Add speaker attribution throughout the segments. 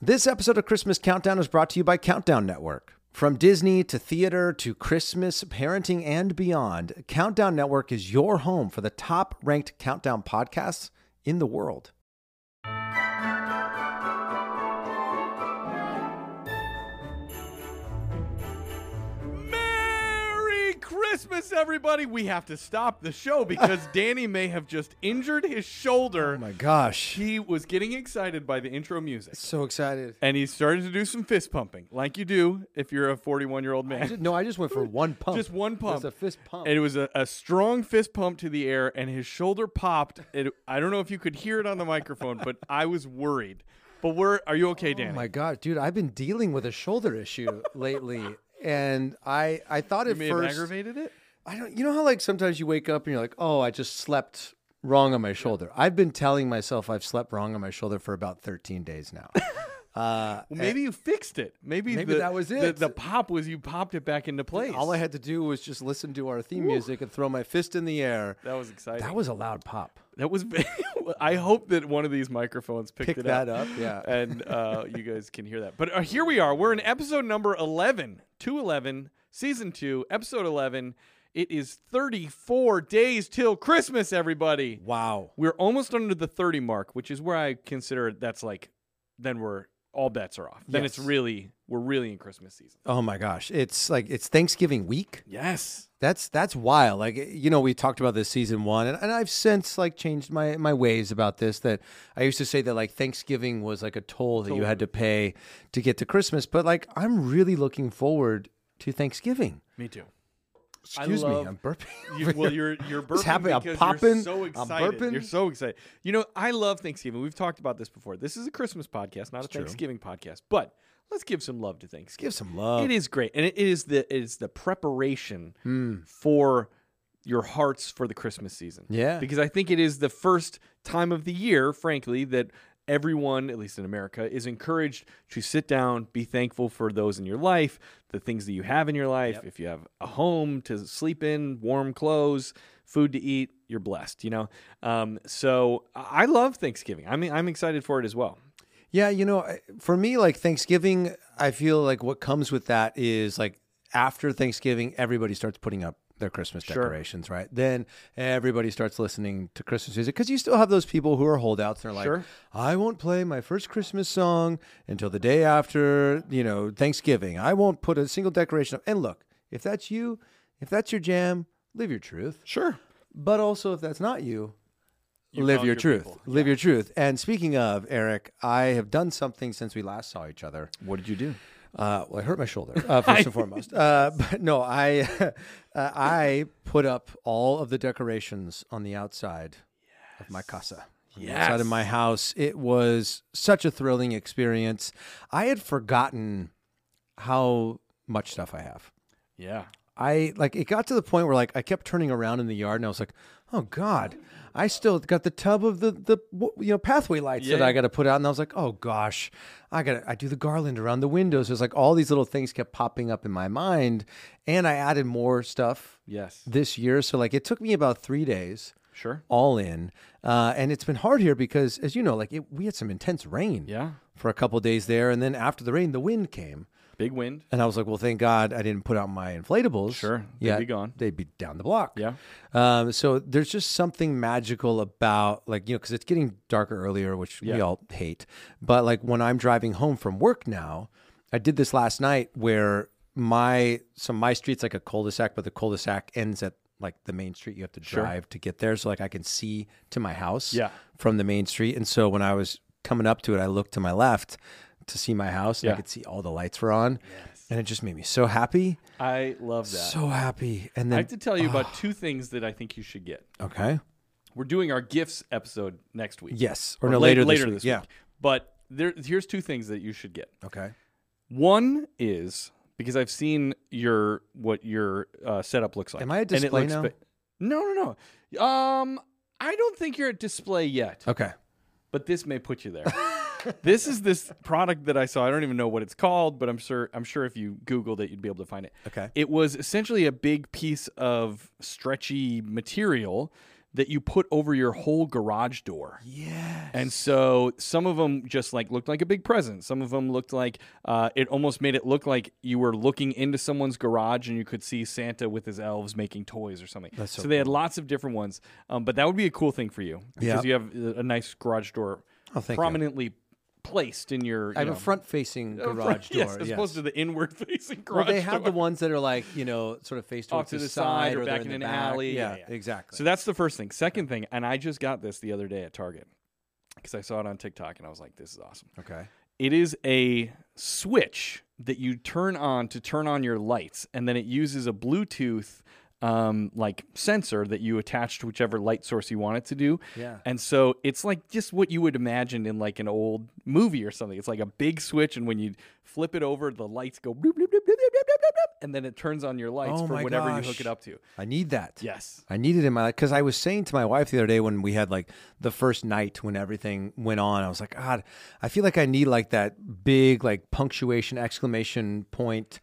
Speaker 1: This episode of Christmas Countdown is brought to you by Countdown Network. From Disney to theater to Christmas, parenting, and beyond, Countdown Network is your home for the top ranked countdown podcasts in the world.
Speaker 2: Merry Christmas, everybody! We have to stop the show because Danny may have just injured his shoulder.
Speaker 1: Oh my gosh.
Speaker 2: He was getting excited by the intro music.
Speaker 1: So excited.
Speaker 2: And he started to do some fist pumping, like you do if you're a 41 year old man.
Speaker 1: No, I just went for one pump.
Speaker 2: Just one pump.
Speaker 1: It was a fist pump.
Speaker 2: And it was a, a strong fist pump to the air, and his shoulder popped. It, I don't know if you could hear it on the microphone, but I was worried. But we're, are you okay, Danny?
Speaker 1: Oh my god, dude, I've been dealing with a shoulder issue lately. And I I thought at
Speaker 2: you may have
Speaker 1: first
Speaker 2: aggravated it?
Speaker 1: I don't you know how like sometimes you wake up and you're like, "Oh, I just slept wrong on my shoulder." I've been telling myself I've slept wrong on my shoulder for about 13 days now.
Speaker 2: Well, maybe you fixed it. Maybe,
Speaker 1: uh, Maybe
Speaker 2: the-
Speaker 1: that was
Speaker 2: the-
Speaker 1: it.
Speaker 2: The, pop was you popped it back into place.
Speaker 1: All I had to do was just listen to our theme music and throw my fist in the air.
Speaker 2: That was exciting.
Speaker 1: That was a loud pop.
Speaker 2: That was. I hope that one of these microphones picked
Speaker 1: Pick
Speaker 2: it
Speaker 1: that
Speaker 2: up.
Speaker 1: up, yeah.
Speaker 2: and uh, you guys can hear that. But uh, here we are. We're in episode number 11, 211, season two, episode 11. It is 34 days till Christmas, everybody.
Speaker 1: Wow.
Speaker 2: We're almost under the 30 mark, which is where I consider it- that's like, then we're all bets are off. Then it's
Speaker 1: Yes.
Speaker 2: really, we're really in Christmas season.
Speaker 1: Oh my gosh. It's like it's Thanksgiving week.
Speaker 2: Yes.
Speaker 1: That's that's wild. Like you know, we talked about this season one, and, and I've since like changed my my ways about this. That I used to say that like Thanksgiving was like a toll that you had to pay to get to Christmas, but like I'm really looking forward to Thanksgiving.
Speaker 2: Me too.
Speaker 1: Excuse
Speaker 2: love-
Speaker 1: me, I'm burping.
Speaker 2: You, well, you're you're burping
Speaker 1: It's happening. I'm
Speaker 2: because
Speaker 1: popping.
Speaker 2: you're so
Speaker 1: I'm
Speaker 2: excited.
Speaker 1: burping.
Speaker 2: You're so excited. You know, I love Thanksgiving. We've talked about this before. This is a Christmas podcast, not a Thanksgiving podcast. But let's give some love to Thanksgiving.
Speaker 1: Give some love.
Speaker 2: It is great, and it is the it is the preparation for your hearts for the Christmas season.
Speaker 1: Yeah.
Speaker 2: because I think it is the first time of the year, frankly, that everyone, at least in America, is encouraged to sit down, be thankful for those in your life, the things that you have in your life. If you have a home to sleep in, warm clothes, food to eat, you're blessed. You know, um, so I I love Thanksgiving. I mean, I'm excited for it as well.
Speaker 1: Yeah, you know, I- for me, like Thanksgiving, I feel like what comes with that is like after Thanksgiving, everybody starts putting up their Christmas decorations, right? Then everybody starts listening to Christmas music because you still have those people who are holdouts. They're like,
Speaker 2: Sure.
Speaker 1: I won't play my first Christmas song until the day after, you know, Thanksgiving. I won't put a single decoration up. And look, if that's you, if that's your jam, live your truth.
Speaker 2: Sure.
Speaker 1: But also, if that's not you, live
Speaker 2: found your
Speaker 1: your truth.
Speaker 2: people.
Speaker 1: Live your truth. And speaking of Eric, I have done something since we last saw each other.
Speaker 2: What did you do?
Speaker 1: Uh, well, I hurt my shoulder uh, first and foremost. Uh, but no, I uh, I put up all of the decorations on the outside of my casa. on the outside of my house. It was such a thrilling experience. I had forgotten how much stuff I have.
Speaker 2: Yeah.
Speaker 1: I like it got to the point where like I kept turning around in the yard and I was like, oh god, I still got the tub of the the w- you know pathway lights that
Speaker 2: Yeah.
Speaker 1: I got to put out, and I was like, oh gosh, I got to I do the garland around the windows. It's like all these little things kept popping up in my mind, and I added more stuff
Speaker 2: Yes.
Speaker 1: this year. So like it took me about three days
Speaker 2: Sure.
Speaker 1: all in, uh, and it's been hard here because as you know, like it, we had some intense rain
Speaker 2: Yeah.
Speaker 1: for a couple days there, and then after the rain, the wind came.
Speaker 2: Big wind.
Speaker 1: And I was like, well, thank God I didn't put out my inflatables.
Speaker 2: Sure, they'd
Speaker 1: yeah,
Speaker 2: be gone.
Speaker 1: They'd be down the block.
Speaker 2: Yeah.
Speaker 1: Um, so there's just something magical about, like, you know, because it's getting darker earlier, which we
Speaker 2: Yeah.
Speaker 1: all hate. But like when I'm driving home from work now, I did this last night where my, so my street's like a cul de sac, but the cul de sac ends at like the main street you have to drive to get there. So like I can see to my house
Speaker 2: Yeah.
Speaker 1: from the main street. And so when I was coming up to it, I looked to my left to see my house and I
Speaker 2: Yeah.
Speaker 1: could see all the lights were on. And it just made me so happy.
Speaker 2: I love that.
Speaker 1: So happy. And
Speaker 2: I
Speaker 1: uh, then,
Speaker 2: have to tell you about two things that I think you should get.
Speaker 1: okay.
Speaker 2: We're doing our gifts episode next week.
Speaker 1: Yes. Or, no,
Speaker 2: la-
Speaker 1: later,
Speaker 2: later
Speaker 1: this week.
Speaker 2: this
Speaker 1: Yeah.
Speaker 2: week. But there, here's two things that you should get.
Speaker 1: Okay.
Speaker 2: One is because I've seen your what your uh, setup looks like.
Speaker 1: Am I
Speaker 2: And
Speaker 1: at
Speaker 2: it
Speaker 1: display
Speaker 2: looks
Speaker 1: now?
Speaker 2: fa- no, no, no. Um, I don't think you're at display yet,
Speaker 1: Okay.
Speaker 2: but this may put you there. this is this product that I saw. I don't even know what it's called, but I'm sure I'm sure if you Googled it, you'd be able to find it.
Speaker 1: Okay.
Speaker 2: It was essentially a big piece of stretchy material that you put over your whole garage door.
Speaker 1: Yeah.
Speaker 2: And so some of them just like looked like a big present. Some of them looked like uh, it almost made it look like you were looking into someone's garage and you could see Santa with his elves making toys or something.
Speaker 1: That's so
Speaker 2: they had lots of different ones. Um, but that would be a cool thing for you because
Speaker 1: Yeah.
Speaker 2: you have a a nice garage door
Speaker 1: Oh, thank you.
Speaker 2: prominently placed in your.
Speaker 1: I
Speaker 2: you
Speaker 1: have a
Speaker 2: know,
Speaker 1: front-facing
Speaker 2: a front-
Speaker 1: garage door.
Speaker 2: yes, as opposed to the inward facing garage
Speaker 1: well, they have
Speaker 2: door.
Speaker 1: the ones that are like you know, sort of faced
Speaker 2: Off
Speaker 1: towards
Speaker 2: to the side
Speaker 1: side,
Speaker 2: or
Speaker 1: they're
Speaker 2: back
Speaker 1: in,
Speaker 2: in
Speaker 1: the
Speaker 2: an
Speaker 1: back.
Speaker 2: alley.
Speaker 1: Yeah,
Speaker 2: Yeah, yeah.
Speaker 1: exactly.
Speaker 2: So that's the first thing. Second thing, and I just got this the other day at Target because I saw it on TikTok and I was like, this is awesome.
Speaker 1: okay.
Speaker 2: It is a switch that you turn on to turn on your lights, and then it uses a Bluetooth um, like sensor that you attach to whichever light source you want it to do.
Speaker 1: Yeah.
Speaker 2: And so it's like just what you would imagine in like an old movie or something. It's like a big switch, and when you flip it over, the lights go bloop, bloop, bloop, bloop, bloop, bloop, bloop, bloop, and then it turns on your lights
Speaker 1: Oh
Speaker 2: for
Speaker 1: my
Speaker 2: whatever you hook
Speaker 1: gosh.
Speaker 2: it up to.
Speaker 1: I need that.
Speaker 2: Yes.
Speaker 1: I needed in my life because I was saying to my wife the other day when we had like the first night when everything went on, I was like, God, I feel like I need like that big like punctuation exclamation point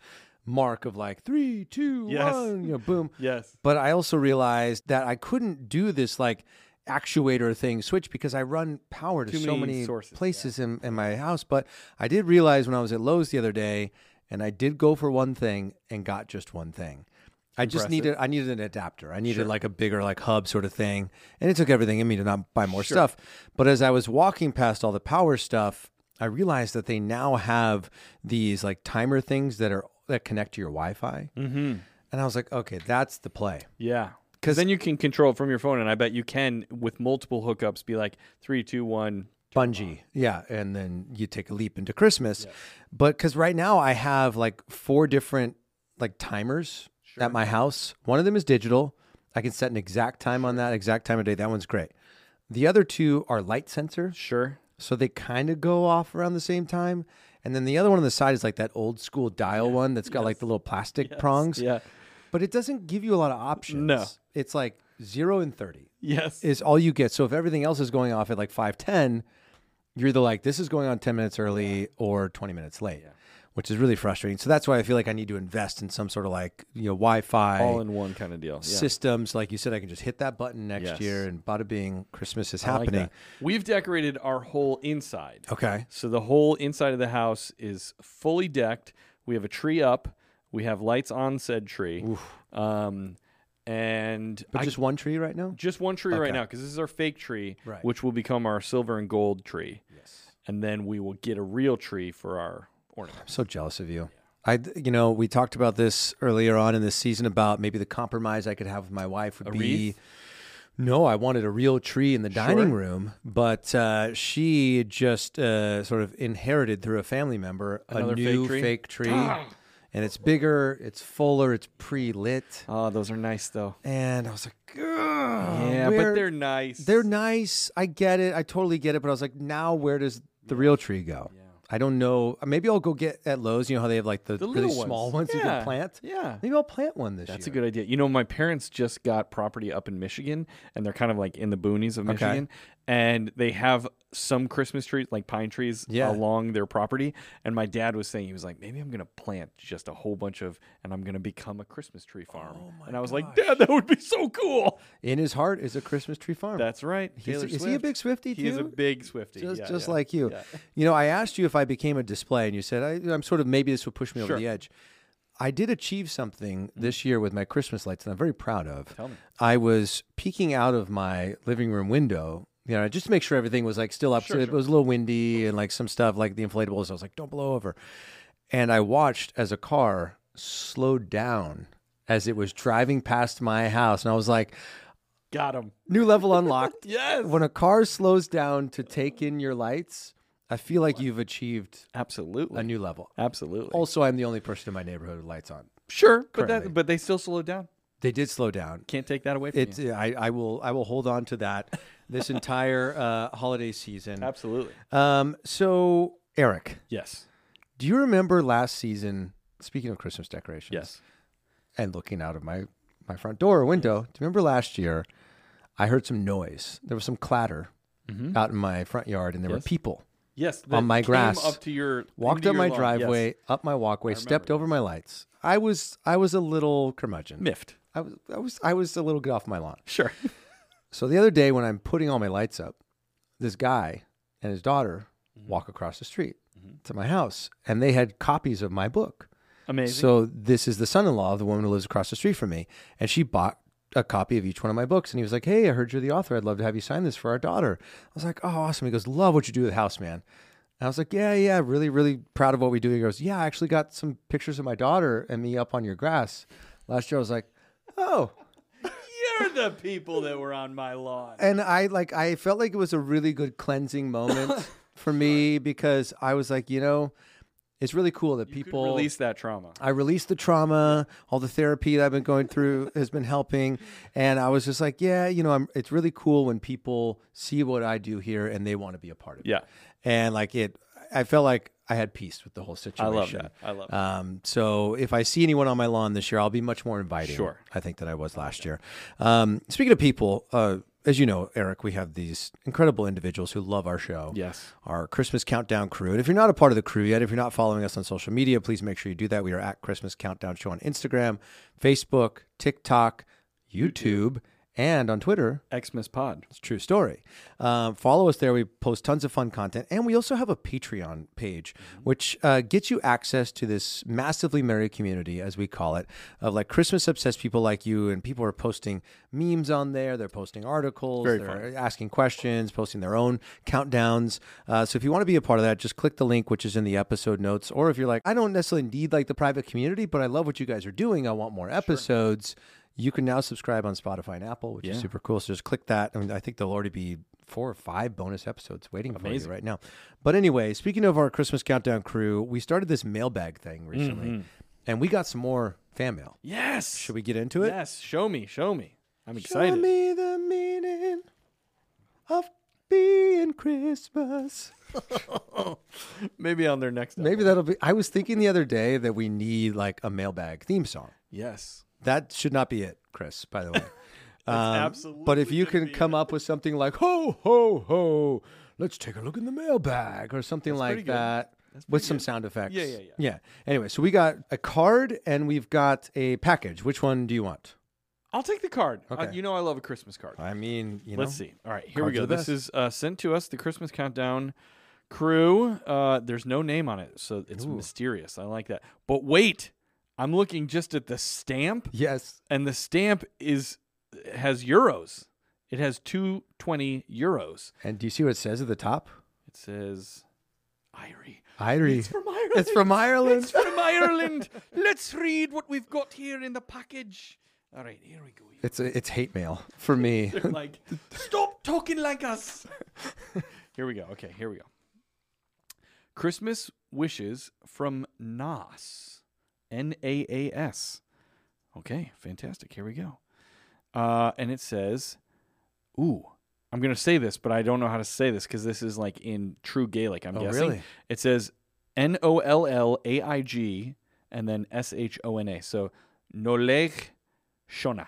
Speaker 1: mark of like three, two, one,
Speaker 2: Yes.
Speaker 1: you know, boom.
Speaker 2: Yes.
Speaker 1: But I also realized that I couldn't do this like actuator thing switch because I run power to
Speaker 2: Too
Speaker 1: so
Speaker 2: many
Speaker 1: many,
Speaker 2: sources, yeah.
Speaker 1: places in, in my house. But I did realize when I was at Lowe's the other day, and I did go for one thing and got just one thing. I just needed I needed an adapter. I needed like a bigger like hub sort of thing. And it took everything in me to not buy more stuff. But as I was walking past all the power stuff, I realized that they now have these like timer things that are that connect to your Wi-Fi. Mm-hmm. And I was like, okay, that's the play.
Speaker 2: Yeah. Because then you can control it from your phone, and I bet you can with multiple hookups be like three, two, one.
Speaker 1: Bungee, yeah, and then you take a leap into Christmas, but because right now I have like four different like timers at my house. One of them is digital. I can set an exact time on that exact time of day. That one's great. The other two are light sensor,
Speaker 2: Sure.
Speaker 1: so they kind of go off around the same time. And then the other one on the side is like that old school dial one that's got like the little plastic prongs,
Speaker 2: Yeah.
Speaker 1: but it doesn't give you a lot of options.
Speaker 2: No.
Speaker 1: it's like zero and thirty
Speaker 2: Yes.
Speaker 1: is all you get. So if everything else is going off at like 5:10, you're either like this is going on 10 minutes early or 20 minutes late, which is really frustrating. So that's why I feel like I need to invest in some sort of like, you know, Wi-Fi
Speaker 2: All in one kind of deal. Yeah.
Speaker 1: systems like you said I can just hit that button next
Speaker 2: Yes.
Speaker 1: year and bada bing Christmas is
Speaker 2: I like
Speaker 1: happening.
Speaker 2: that. We've decorated our whole inside.
Speaker 1: okay.
Speaker 2: So the whole inside of the house is fully decked. We have a tree up. We have lights on said tree. Um, and
Speaker 1: But
Speaker 2: I-
Speaker 1: just one tree right now?
Speaker 2: just one tree right now because this is our fake tree,
Speaker 1: Right.
Speaker 2: which will become our silver and gold tree. Yes. And then we will get a real tree for our ornament.
Speaker 1: I'm so jealous of you. I, you know, we talked about this earlier on in this season about maybe the compromise I could have with my wife would be.
Speaker 2: wreath?
Speaker 1: No, I wanted a real tree in the dining room, but uh, she just uh, sort of inherited through a family member
Speaker 2: Another
Speaker 1: a
Speaker 2: fake
Speaker 1: new
Speaker 2: tree?
Speaker 1: tree, and it's bigger, it's fuller, it's pre-lit,
Speaker 2: Oh, those are nice though.
Speaker 1: and I was like,
Speaker 2: Yeah,
Speaker 1: yeah,
Speaker 2: but they're nice.
Speaker 1: they're nice. I get it. I totally get it. But I was like, now where does the real tree go? I don't know. Maybe I'll go get at Lowe's. You know how they have like the,
Speaker 2: The
Speaker 1: really
Speaker 2: little
Speaker 1: small
Speaker 2: ones.
Speaker 1: ones you
Speaker 2: Yeah.
Speaker 1: can plant.
Speaker 2: Yeah.
Speaker 1: Maybe I'll plant one this
Speaker 2: That's a
Speaker 1: year.
Speaker 2: good idea. You know, my parents just got property up in Michigan, and they're kind of like in the boonies of Michigan, and they have some Christmas trees, like pine trees,
Speaker 1: Yeah.
Speaker 2: along their property. And my dad was saying he was like, maybe I'm gonna plant just a whole bunch of, and I'm gonna become a Christmas tree farm. and I was like, Dad, that would be so cool.
Speaker 1: In his heart is a Christmas tree farm.
Speaker 2: That's right.
Speaker 1: He's-
Speaker 2: Taylor
Speaker 1: is he a
Speaker 2: Swift.
Speaker 1: big Swifty
Speaker 2: He is a
Speaker 1: too?
Speaker 2: big Swifty.
Speaker 1: just,
Speaker 2: yeah,
Speaker 1: just
Speaker 2: yeah.
Speaker 1: like you.
Speaker 2: Yeah.
Speaker 1: You know, I asked you if I became a display, and you said I, I'm sort of maybe this would push me over the edge. I did achieve something this year with my Christmas lights, and I'm very proud of.
Speaker 2: Mm-hmm. Tell me.
Speaker 1: I was peeking out of my living room window, you know, just to make sure everything was like still up. so It was a little windy and like some stuff, like the inflatables. I was like, "Don't blow over." And I watched as a car slowed down as it was driving past my house, and I was like,
Speaker 2: Got him.
Speaker 1: "New level unlocked."
Speaker 2: Yes.
Speaker 1: when a car slows down to take in your lights, I feel like you've achieved
Speaker 2: Absolutely.
Speaker 1: a new level.
Speaker 2: Absolutely.
Speaker 1: Also, I'm the only person in my neighborhood with lights on.
Speaker 2: oh, sure, but
Speaker 1: currently.
Speaker 2: that, but they still slowed down.
Speaker 1: They did slow down.
Speaker 2: Can't take that away from
Speaker 1: It's
Speaker 2: you.
Speaker 1: I, I will I will hold on to that this entire uh, holiday season.
Speaker 2: Absolutely.
Speaker 1: Um, so Eric,
Speaker 2: Yes.
Speaker 1: do you remember last season? Speaking of Christmas decorations,
Speaker 2: Yes.
Speaker 1: and looking out of my my front door or window. Do you remember last year? I heard some noise. There was some clatter out in my front yard, and there were people.
Speaker 2: Mm-hmm. Yes, that
Speaker 1: on my
Speaker 2: came
Speaker 1: grass.
Speaker 2: Up to your
Speaker 1: walked
Speaker 2: into
Speaker 1: up
Speaker 2: your
Speaker 1: my
Speaker 2: lawn.
Speaker 1: driveway,
Speaker 2: Yes.
Speaker 1: up my walkway, stepped over my lights. I was I was a little curmudgeon.
Speaker 2: miffed.
Speaker 1: I was I was I was a little get off my lawn.
Speaker 2: Sure.
Speaker 1: So the other day when I'm putting all my lights up, this guy and his daughter
Speaker 2: Mm-hmm.
Speaker 1: walk across the street to my house, and they had copies of my book.
Speaker 3: Amazing.
Speaker 1: So this is the son-in-law of the woman who lives across the street from me, and she bought a copy of each one of my books. And he was like, "Hey, I heard you're the author. I'd love to have you sign this for our daughter." I was like, "Oh, awesome!" He goes, "Love what you do with House Man." And I was like, "Yeah, yeah, really, really proud of what we do." He goes, "Yeah, I actually got some pictures of my daughter and me up on your grass last year." I was like, "Oh."
Speaker 3: You're the people that were on my lawn.
Speaker 1: and I like I felt like it was a really good cleansing moment for me because I was like, you know, it's really cool that
Speaker 2: People
Speaker 1: people
Speaker 2: release that trauma.
Speaker 1: I released the trauma, all the therapy that I've been going through has been helping, and I was just like, yeah, you know, I'm, it's really cool when people see what I do here and they want to be a part of it.
Speaker 2: Yeah.
Speaker 1: and like it, I felt like I had peace with the whole
Speaker 2: I
Speaker 1: situation.
Speaker 2: love that. I love that.
Speaker 1: Um, so if I see anyone on my lawn this year, I'll be much more inviting.
Speaker 2: Sure.
Speaker 1: I think than I was last year. Um, speaking of people, uh, as you know, Eric, we have these incredible individuals who love our show.
Speaker 2: Yes.
Speaker 1: Our Christmas Countdown crew. And if you're not a part of the crew yet, if you're not following us on social media, please make sure you do that. We are at Christmas Countdown Show on Instagram, Facebook, TikTok, YouTube, and on Twitter
Speaker 2: Xmas Pod.
Speaker 1: it's a true story. Um, follow us there. We post tons of fun content, and we also have a Patreon page, which uh, gets you access to this massively merry community, as we call it, of like Christmas obsessed people like you. And people are posting memes on there. They're posting articles. they're asking questions, posting their own countdowns. Uh, so if you want to be a part of that, just click the link, which is in the episode notes. Or if you're like, I don't necessarily need like the private community, but I love what you guys are doing. I want more episodes. You can now subscribe on Spotify and Apple, which is super cool. So just click that. I mean, I think there'll already be four or five bonus episodes waiting for you right now. But anyway, speaking of our Christmas countdown crew, we started this mailbag thing recently, and we got some more fan mail.
Speaker 2: Yes.
Speaker 1: Should we get into it?
Speaker 2: Yes. Show me. Show me. I'm excited.
Speaker 1: Show me the meaning of being Christmas.
Speaker 2: Maybe on their next.
Speaker 1: Maybe that'll be. I was thinking the other day that we need like a mailbag theme song.
Speaker 2: Yes.
Speaker 1: That should not be it, Chris. By the way.
Speaker 3: Absolutely.
Speaker 1: Um, But if you can come up with something like "ho ho ho," let's take a look in the mailbag or something like that, with some sound effects.
Speaker 2: Yeah, yeah, yeah.
Speaker 1: Yeah. Anyway, so we got a card and we've got a package. Which one do you want?
Speaker 2: I'll take the card. Uh,
Speaker 1: Okay.
Speaker 2: you know I love a Christmas card.
Speaker 1: I mean, you know,
Speaker 2: Let's see. All right, here we
Speaker 1: Cards are
Speaker 2: go.
Speaker 1: the
Speaker 2: This
Speaker 1: best.
Speaker 2: is uh, sent to us the Christmas countdown crew. Uh, there's no name on it, so it's mysterious. I like that. But wait, I'm looking just at the stamp,
Speaker 1: Yes.
Speaker 2: and the stamp is has euros. It has 220 euros.
Speaker 1: And do you see what it says at the top?
Speaker 2: It says Irie.
Speaker 1: Irie.
Speaker 2: It's from Ireland.
Speaker 1: It's from Ireland.
Speaker 2: It's from Ireland. Let's read what we've got here in the package. All right, here we go.
Speaker 1: It's a, it's hate mail for me.
Speaker 2: They're like, stop talking like us. here we go. Okay, here we go. Christmas wishes from Nas. N A A S. Okay, fantastic. Here we go. Uh, and it says, Ooh, I'm going to say this, but I don't know how to say this because this is like in true Gaelic, I'm
Speaker 1: Oh,
Speaker 2: guessing.
Speaker 1: really?
Speaker 2: It says N O L L A I G and then S H O N A. So Nolech Shona.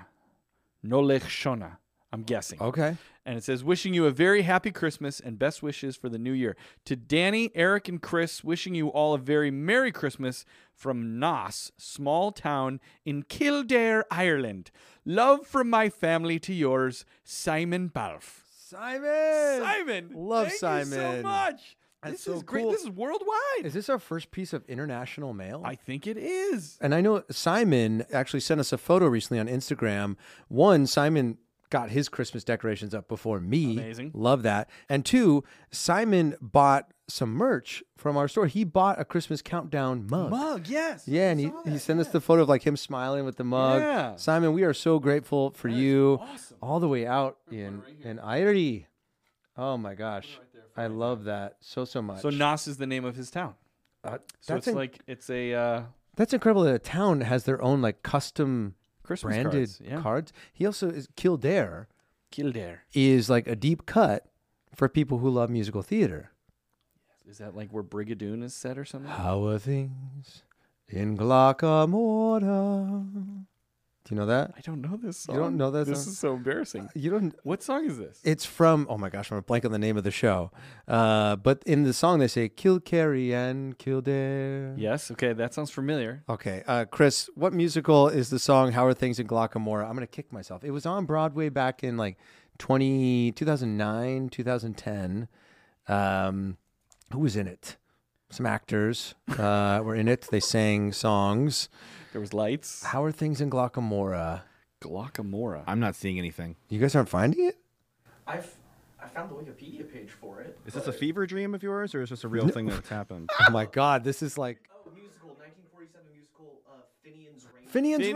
Speaker 2: Nolech Shona. I'm guessing.
Speaker 1: okay.
Speaker 2: And it says, wishing you a very happy Christmas and best wishes for the new year. To Danny, Eric, and Chris, wishing you all a very Merry Christmas from Nos, small town in Kildare, Ireland. Love from my family to yours, Simon Balf.
Speaker 1: Simon.
Speaker 2: Simon!
Speaker 1: Love
Speaker 2: thank you so
Speaker 1: Simon.
Speaker 2: much!
Speaker 1: That's
Speaker 2: this
Speaker 1: so
Speaker 2: is great.
Speaker 1: cool.
Speaker 2: This is worldwide.
Speaker 1: Is this our first piece of international mail?
Speaker 2: I think it is.
Speaker 1: And I know Simon actually sent us a photo recently on Instagram. One, Simon got his Christmas decorations up before me.
Speaker 2: Amazing.
Speaker 1: Love that. And two, Simon bought some merch from our store. He bought a Christmas countdown mug.
Speaker 2: Mug, yes.
Speaker 1: Yeah, and he, he sent us the photo of like him smiling with the mug.
Speaker 2: Yeah.
Speaker 1: Simon, we are so grateful for you. All the way out in in Irie. Oh my gosh. I love that so so much.
Speaker 2: So Nos is the name of his town.
Speaker 1: Uh,
Speaker 2: So it's
Speaker 1: that's in-
Speaker 2: like, it's a uh,
Speaker 1: that's incredible that a town has their own like custom
Speaker 2: Christmas
Speaker 1: branded
Speaker 2: cards.
Speaker 1: cards.
Speaker 2: Yeah.
Speaker 1: He also is Kildare
Speaker 2: Kildare.
Speaker 1: is like a deep cut for people who love musical theater.
Speaker 2: Is that like where Brigadoon is set or something?
Speaker 1: How are things in Glacamora? Do you know that?
Speaker 2: I don't know this song.
Speaker 1: You don't know that
Speaker 2: This
Speaker 1: song?
Speaker 2: is so embarrassing.
Speaker 1: You don't.
Speaker 2: What song is this?
Speaker 1: It's from oh my gosh, I'm a blank on the name of the show. Uh, but in the song they say Kilcarry and Kildare.
Speaker 2: Yes. Okay, that sounds familiar.
Speaker 1: Okay, uh, Chris, what musical is the song "How Are Things in Glockamora"? I'm gonna kick myself. It was on Broadway back in like 20, 2009, 2010. Um, who was in it? Some actors uh, were in it. They sang songs.
Speaker 2: There was lights.
Speaker 1: How are things in Glockamora?
Speaker 2: Glockamora.
Speaker 4: I'm not seeing anything.
Speaker 1: You guys aren't finding it?
Speaker 5: I've I found the Wikipedia page for it.
Speaker 4: Is this a fever dream of yours, or is this a real thing that's happened?
Speaker 1: Oh my God, this is like
Speaker 5: Oh, musical, 1947 musical, uh, Finian's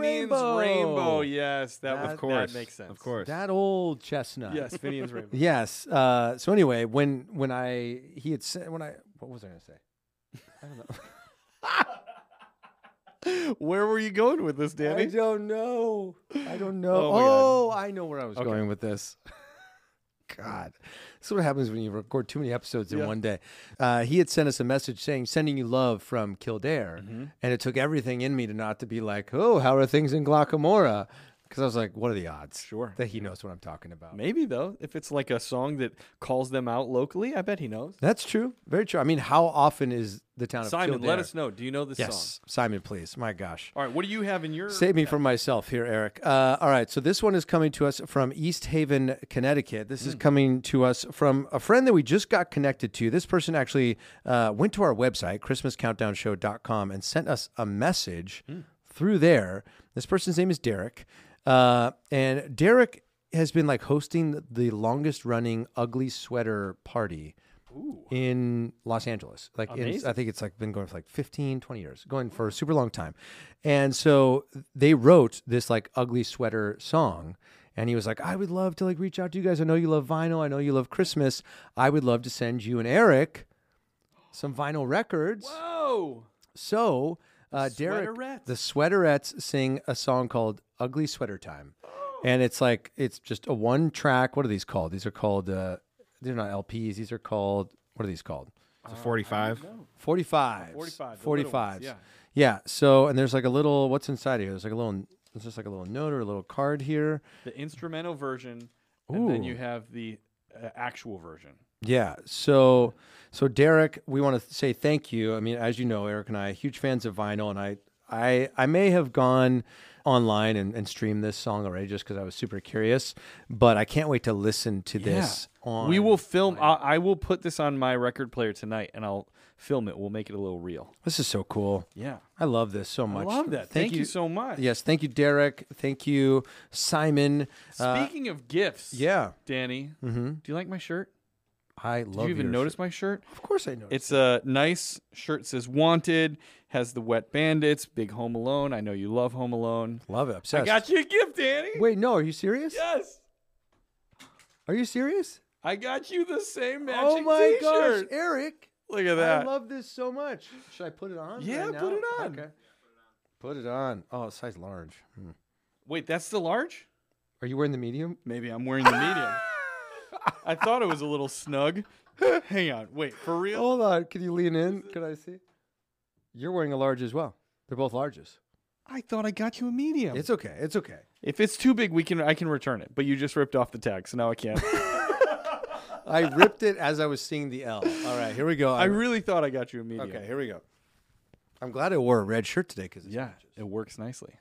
Speaker 5: Rainbow.
Speaker 1: Finian's,
Speaker 2: Finian's
Speaker 1: Rainbow.
Speaker 2: Yes, that,
Speaker 1: That-
Speaker 2: of course
Speaker 4: that
Speaker 2: makes sense.
Speaker 4: Of course.
Speaker 1: That old chestnut.
Speaker 2: Yes, Finian's Rainbow.
Speaker 1: Yes. Uh, so anyway, when when I he had said when I what was I gonna say?
Speaker 2: Where were you going with this,
Speaker 1: I
Speaker 2: Danny?
Speaker 1: don't know. I don't know.
Speaker 2: Oh my
Speaker 1: Oh,
Speaker 2: God.
Speaker 1: I know where I was going with this. God, this is what happens when you record too many episodes in
Speaker 2: Yeah.
Speaker 1: one day. Uh, he had sent us a message saying, "Sending you love from Kildare,"
Speaker 2: Mm-hmm.
Speaker 1: and it took everything in me to not to be like, "Oh, how are things in Glockamora?" Because I was like, "What are the odds?"
Speaker 2: Sure.
Speaker 1: that he knows what I'm talking about.
Speaker 2: Maybe though, if it's like a song that calls them out locally, I bet he knows.
Speaker 1: That's true. Very true. I mean, how often is the town of
Speaker 2: Simon,
Speaker 1: Kildare?
Speaker 2: let us know. Do you know this song?
Speaker 1: Yes, Simon, please. My gosh.
Speaker 2: All right, what do you have in your?
Speaker 1: Save me from myself here, Eric. Uh, all right. So this one is coming to us from East Haven, Connecticut. This is coming to us from a friend that we just got connected to. This person actually uh, went to our website, ChristmasCountdownShow.com, and sent us a message through there. This person's name is Derek. Uh, and Derek has been like hosting the longest running ugly sweater party in Los Angeles. Like in, I think it's like been going for like 15, 20 years, going for a super long time. And so they wrote this like ugly sweater song. And he was like, I would love to like reach out to you guys. I know you love vinyl. I know you love Christmas. I would love to send you and Eric some vinyl records.
Speaker 2: Oh,
Speaker 1: So, uh, Derek,
Speaker 2: Sweaterettes.
Speaker 1: the Sweaterettes sing a song called "Ugly Sweater Time,"
Speaker 2: Oh.
Speaker 1: and it's like it's just a one track. What are these called? These are called uh, they're not LPs. These are called what are these called?
Speaker 4: It's a 45.
Speaker 1: 45.
Speaker 2: 45, the little
Speaker 1: 45s.
Speaker 2: ones, yeah.
Speaker 1: Yeah. So, and there's like a little what's inside here? There's like a little. It's just like a little note or a little card here.
Speaker 2: the instrumental version, and then
Speaker 1: Ooh.
Speaker 2: you have the uh, actual version.
Speaker 1: Yeah. So, so Derek, we want to say thank you. I mean, as you know, Eric and I are huge fans of vinyl, and I, I, I may have gone online and, and streamed this song already just because I was super curious, but I can't wait to listen to this. On
Speaker 2: we will film. I, I will put this on my record player tonight, and I'll film it. We'll make it a little real.
Speaker 1: This is so cool.
Speaker 2: Yeah,
Speaker 1: I love this so
Speaker 2: I
Speaker 1: much.
Speaker 2: love that. Thank, you. so much.
Speaker 1: Yes, thank you, Derek. Thank you, Simon. Uh,
Speaker 2: Speaking of gifts,
Speaker 1: yeah,
Speaker 2: Danny, do you like my shirt?
Speaker 1: I love.
Speaker 2: Did you even
Speaker 1: your
Speaker 2: notice
Speaker 1: shirt.
Speaker 2: my shirt?
Speaker 1: Of course, I noticed.
Speaker 2: It's a nice shirt. Says "Wanted." Has the Wet Bandits, Big Home Alone. I know you love Home Alone.
Speaker 1: love it. Obsessed.
Speaker 2: I got you a gift, Danny.
Speaker 1: Wait, no, are you serious?
Speaker 2: Yes,
Speaker 1: Are you serious?
Speaker 2: I got you the same matching
Speaker 1: Oh my gosh,
Speaker 2: T-shirt.
Speaker 1: Eric.
Speaker 2: Look at that.
Speaker 1: I love this so much. Should I put it on?
Speaker 2: Yeah,
Speaker 1: right
Speaker 2: put
Speaker 1: now?
Speaker 2: it on.
Speaker 1: Okay. Put it on. Oh, size large. Hmm.
Speaker 2: Wait, that's the large?
Speaker 1: Are you wearing the medium?
Speaker 2: Maybe I'm wearing the medium. I thought it was a little snug. Hang on, wait, for real?
Speaker 1: Hold on. Can you lean in? Can I see? You're wearing a large as well. They're both larges.
Speaker 2: I thought I got you a medium.
Speaker 1: It's okay. It's okay.
Speaker 2: if it's too big, we can I can return it. But you just ripped off the tag, so now I can't.
Speaker 1: I ripped it as I was seeing the L. All right, here we go.
Speaker 2: I really thought I got you a medium.
Speaker 1: okay, here we go. I'm glad I wore a red shirt today because it's
Speaker 2: Yeah, it works nicely.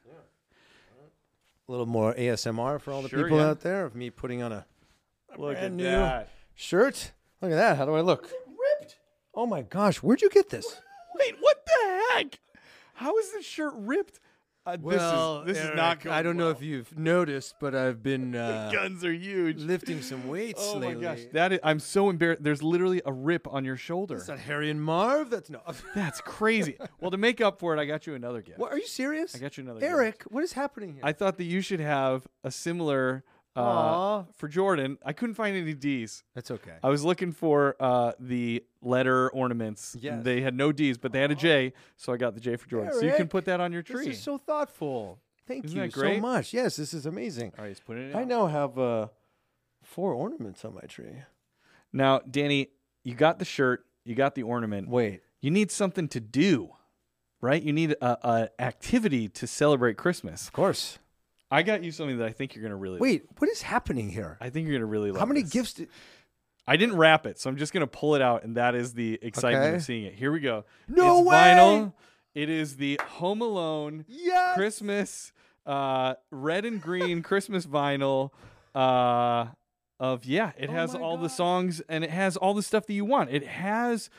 Speaker 1: a little more ASMR for all the
Speaker 2: Sure,
Speaker 1: people
Speaker 2: yeah.
Speaker 1: out there of me putting on a
Speaker 2: Look
Speaker 1: Brand
Speaker 2: at
Speaker 1: new.
Speaker 2: that.
Speaker 1: shirt. Look at that. How do I look? ripped. Oh my gosh, where'd you get this?
Speaker 2: Wait, what the heck? How is this shirt ripped? Uh, this is this is not. Going
Speaker 1: I don't know
Speaker 2: well.
Speaker 1: if you've noticed, but I've been uh,
Speaker 2: guns are huge.
Speaker 1: lifting some weights
Speaker 2: Oh my
Speaker 1: lately.
Speaker 2: gosh, that is, I'm so embarrassed. There's literally a rip on your shoulder.
Speaker 1: That's not Harry and Marv. That's no.
Speaker 2: That's crazy. well, to make up for it, I got you another gift.
Speaker 1: what, are you serious?
Speaker 2: I got you another
Speaker 1: Eric, what is happening here?
Speaker 2: I thought that you should have a similar uh,
Speaker 1: Aw.
Speaker 2: for Jordan. I couldn't find any D's.
Speaker 1: That's okay.
Speaker 2: I was looking for uh, the letter ornaments. and
Speaker 1: Yes.
Speaker 2: They had no D's, but they had a J, so I got the J for Jordan. So you can
Speaker 1: Eric,
Speaker 2: put that on your
Speaker 1: this
Speaker 2: tree.
Speaker 1: is so thoughtful. Thank
Speaker 2: Isn't
Speaker 1: you
Speaker 2: that great?
Speaker 1: so much. Yes, this is amazing.
Speaker 2: All right, he's putting it
Speaker 1: I
Speaker 2: out.
Speaker 1: now have uh, four ornaments on my tree.
Speaker 2: Now, Danny, you got the shirt, you got the ornament.
Speaker 1: Wait,
Speaker 2: You need something to do, right? You need a, a activity to celebrate Christmas.
Speaker 1: of course.
Speaker 2: I got you something that I think you're gonna really
Speaker 1: Wait, what is happening here?
Speaker 2: I think you're gonna really like.
Speaker 1: How many
Speaker 2: this.
Speaker 1: gifts? Did,
Speaker 2: I didn't wrap it, so I'm just gonna pull it out, and that is the excitement
Speaker 1: Okay.
Speaker 2: of seeing it. Here we go.
Speaker 1: No
Speaker 2: it's
Speaker 1: way!
Speaker 2: Vinyl. It is the Home Alone
Speaker 1: yes.
Speaker 2: Christmas uh, red and green Christmas vinyl. Uh, of yeah,
Speaker 1: Oh
Speaker 2: it has all the songs and it has all the stuff that you want. It has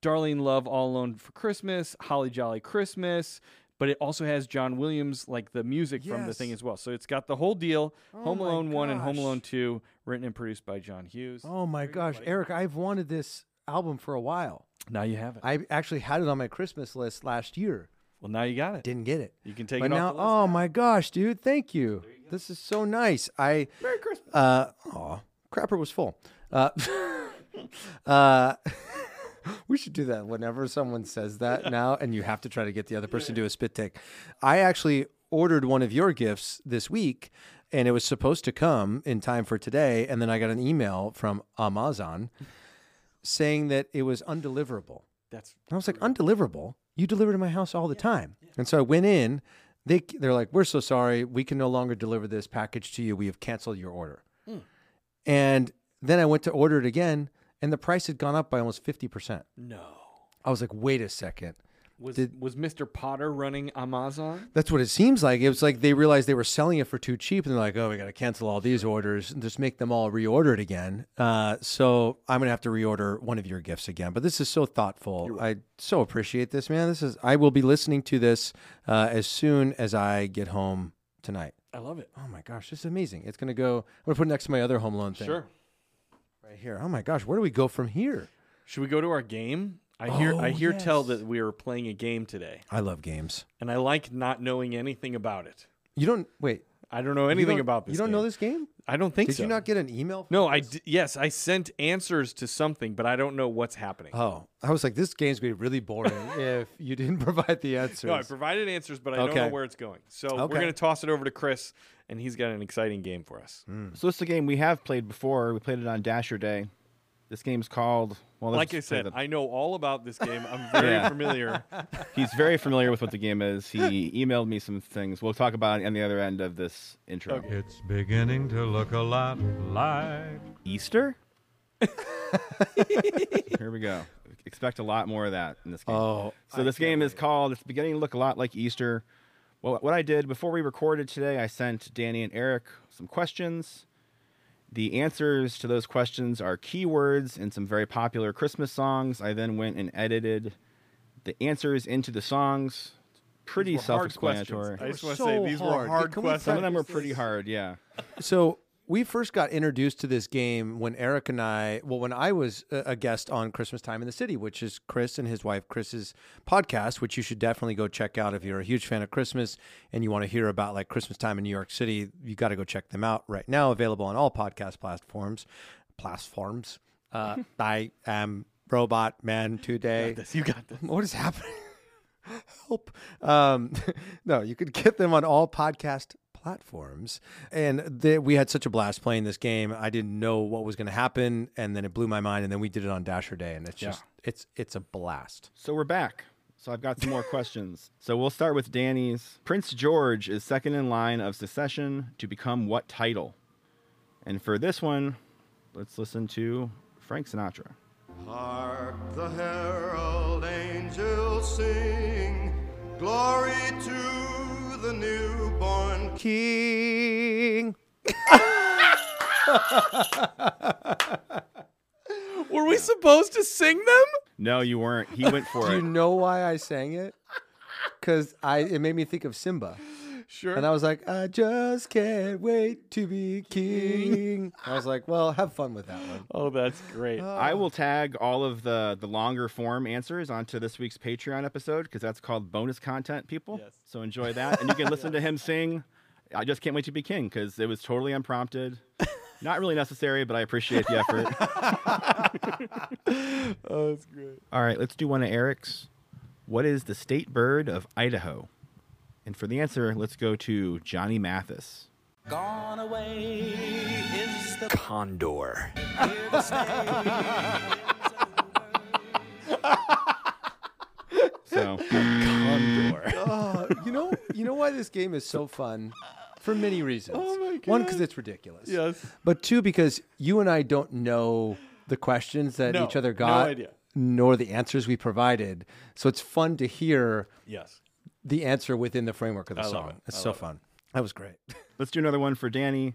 Speaker 2: Darling Love All Alone for Christmas, Holly Jolly Christmas, but it also has John Williams like the music from the thing
Speaker 1: Yes. Oh
Speaker 2: as well. So it's got the whole deal, Home
Speaker 1: my
Speaker 2: Alone 1 and Home
Speaker 1: gosh.
Speaker 2: Alone 2 written and produced by John Hughes.
Speaker 1: Oh my gosh, Eric, I've wanted this album for a while.
Speaker 2: Now you have it.
Speaker 1: I actually had it on my Christmas list last year.
Speaker 2: well, now you got it.
Speaker 1: Didn't get it.
Speaker 2: You can take it
Speaker 1: but
Speaker 2: off
Speaker 1: now,
Speaker 2: the list
Speaker 1: oh my gosh, dude, thank you. This is so nice. I Merry Christmas. Uh, oh, crapper was full. Uh, uh, we should do that whenever someone says that now, and you have to try to get the other person to do a spit take. I actually ordered one of your gifts this week, and it was supposed to come in time for today, and then I got an email from Amazon saying that it was undeliverable.
Speaker 2: That's
Speaker 1: And I was like, undeliverable? You deliver to my house all the time. And so I went in. They, they're like, we're so sorry. We can no longer deliver this package to you. We have canceled your order. And then I went to order it again, and the price had gone up by almost 50%.
Speaker 2: no.
Speaker 1: I was like, wait a second.
Speaker 2: Was
Speaker 1: Did-
Speaker 2: was Mr. Potter running Amazon?
Speaker 1: That's what it seems like. It was like they realized they were selling it for too cheap, and they're like, "Oh, we got to cancel all these orders and just make them all reorder it again." Uh, so I'm gonna have to reorder one of your gifts again. But this is so thoughtful. I so appreciate this, man. This is. I will be listening to this uh, as soon as I get home tonight.
Speaker 2: I love it.
Speaker 1: Oh my gosh, this is amazing. It's gonna go. I'm gonna put it next to my other home loan thing
Speaker 2: Sure.
Speaker 1: right here. Oh my gosh, where do we go from here?
Speaker 2: Should we go to our game? I hear I
Speaker 1: Oh,
Speaker 2: hear tell
Speaker 1: yes.
Speaker 2: that we are playing a game today,
Speaker 1: I love games.
Speaker 2: and I like not knowing anything about it.
Speaker 1: You don't wait.
Speaker 2: I don't know
Speaker 1: you
Speaker 2: anything
Speaker 1: don't-
Speaker 2: about this.
Speaker 1: You don't
Speaker 2: game.
Speaker 1: know this game?
Speaker 2: I don't think
Speaker 1: Did
Speaker 2: so.
Speaker 1: you not get an email?
Speaker 2: No, I d- yes, I sent answers to something, but I don't know what's happening.
Speaker 1: Oh, I was like, this game's gonna be really boring if you didn't provide the answers.
Speaker 2: no, I provided answers, but I don't know
Speaker 1: Okay.
Speaker 2: where it's going. So we're
Speaker 1: Okay.
Speaker 2: going to toss it over to Chris, and he's got an exciting game for us.
Speaker 1: Hmm.
Speaker 4: So this is a game we have played before. We played it on Dasher Day. This game's called. Well, let's
Speaker 2: Like I
Speaker 4: just play
Speaker 2: said,
Speaker 4: the-
Speaker 2: I know all about this game. I'm very
Speaker 4: Yeah.
Speaker 2: familiar.
Speaker 4: he's very familiar with what the game is. He emailed me some things. We'll talk about it on the other end of this intro.
Speaker 6: It's beginning to look a lot like
Speaker 4: Easter. Here we go. Expect a lot more of that in this game.
Speaker 1: Oh,
Speaker 4: so this game is called. It's beginning to look a lot like Easter. Well, what I did before we recorded today, I sent Danny and Eric some questions. The answers to those questions are keywords and some very popular Christmas songs. I then went and edited the answers into the songs. Pretty
Speaker 2: These were hard
Speaker 4: self-explanatory.
Speaker 2: questions. I just
Speaker 1: were
Speaker 2: want to
Speaker 1: so
Speaker 2: say these were
Speaker 1: hard.
Speaker 2: hard
Speaker 1: Can we
Speaker 2: questions.
Speaker 4: Some of them were pretty hard. Yeah.
Speaker 1: So we first got introduced to this game when Eric and I, well, when I was a a guest on Christmas Time in the City, which is Chris and his wife Chris's podcast, which you should definitely go check out if you're a huge fan of Christmas and you want to hear about like Christmas time in New York City. You got to go check them out right now. Available on all podcast platforms. Platforms. Uh, I am robot man today.
Speaker 2: You got this.
Speaker 1: What is happening? Help. Um, no, you could get them on all podcast platforms. And they, we had such a blast playing this game. I didn't know what was going to happen. And then it blew my mind. And then we did it on Dasher Day. And it's just, it's, it's a blast.
Speaker 4: So we're back. So I've got some more questions. So we'll start with Danny's. Prince George is second in line of succession to become what title? And for this one, let's listen to Frank Sinatra.
Speaker 7: Hark the herald angels sing, glory to the newborn
Speaker 1: King.
Speaker 2: Were we supposed to sing them?
Speaker 4: No, you weren't. He went for
Speaker 1: Do you
Speaker 4: it.
Speaker 1: know why I sang it? Because I, it made me think of Simba.
Speaker 2: Sure.
Speaker 1: And I was like, I just can't wait to be king. I was like, well, have fun with that one.
Speaker 2: oh, that's great.
Speaker 4: I will tag all of the the longer form answers onto this week's Patreon episode because that's called bonus content, people.
Speaker 2: Yes.
Speaker 4: So enjoy that, and you can listen to him sing. I just can't wait to be king because it was totally unprompted, not really necessary, but I appreciate the effort.
Speaker 2: oh, that's great.
Speaker 4: All right, let's do one of Eric's. What is the state bird of Idaho? And for the answer, let's go to Johnny Mathis.
Speaker 5: Gone away is the
Speaker 2: Condor.
Speaker 4: So
Speaker 1: Uh, you know, you know why this game is so fun, for many reasons.
Speaker 2: Oh my
Speaker 1: One, because
Speaker 2: God.
Speaker 1: it's ridiculous.
Speaker 2: Yes.
Speaker 1: But two, because you and I don't know the questions that
Speaker 2: No,
Speaker 1: each other
Speaker 2: no
Speaker 1: got,
Speaker 2: idea.
Speaker 1: nor the answers we provided. So it's fun to hear
Speaker 2: Yes.
Speaker 1: the answer within the framework of the
Speaker 2: I love
Speaker 1: song.
Speaker 2: it.
Speaker 1: It's
Speaker 2: I
Speaker 1: so
Speaker 2: love it.
Speaker 1: fun. That was great.
Speaker 4: let's do another one for Danny.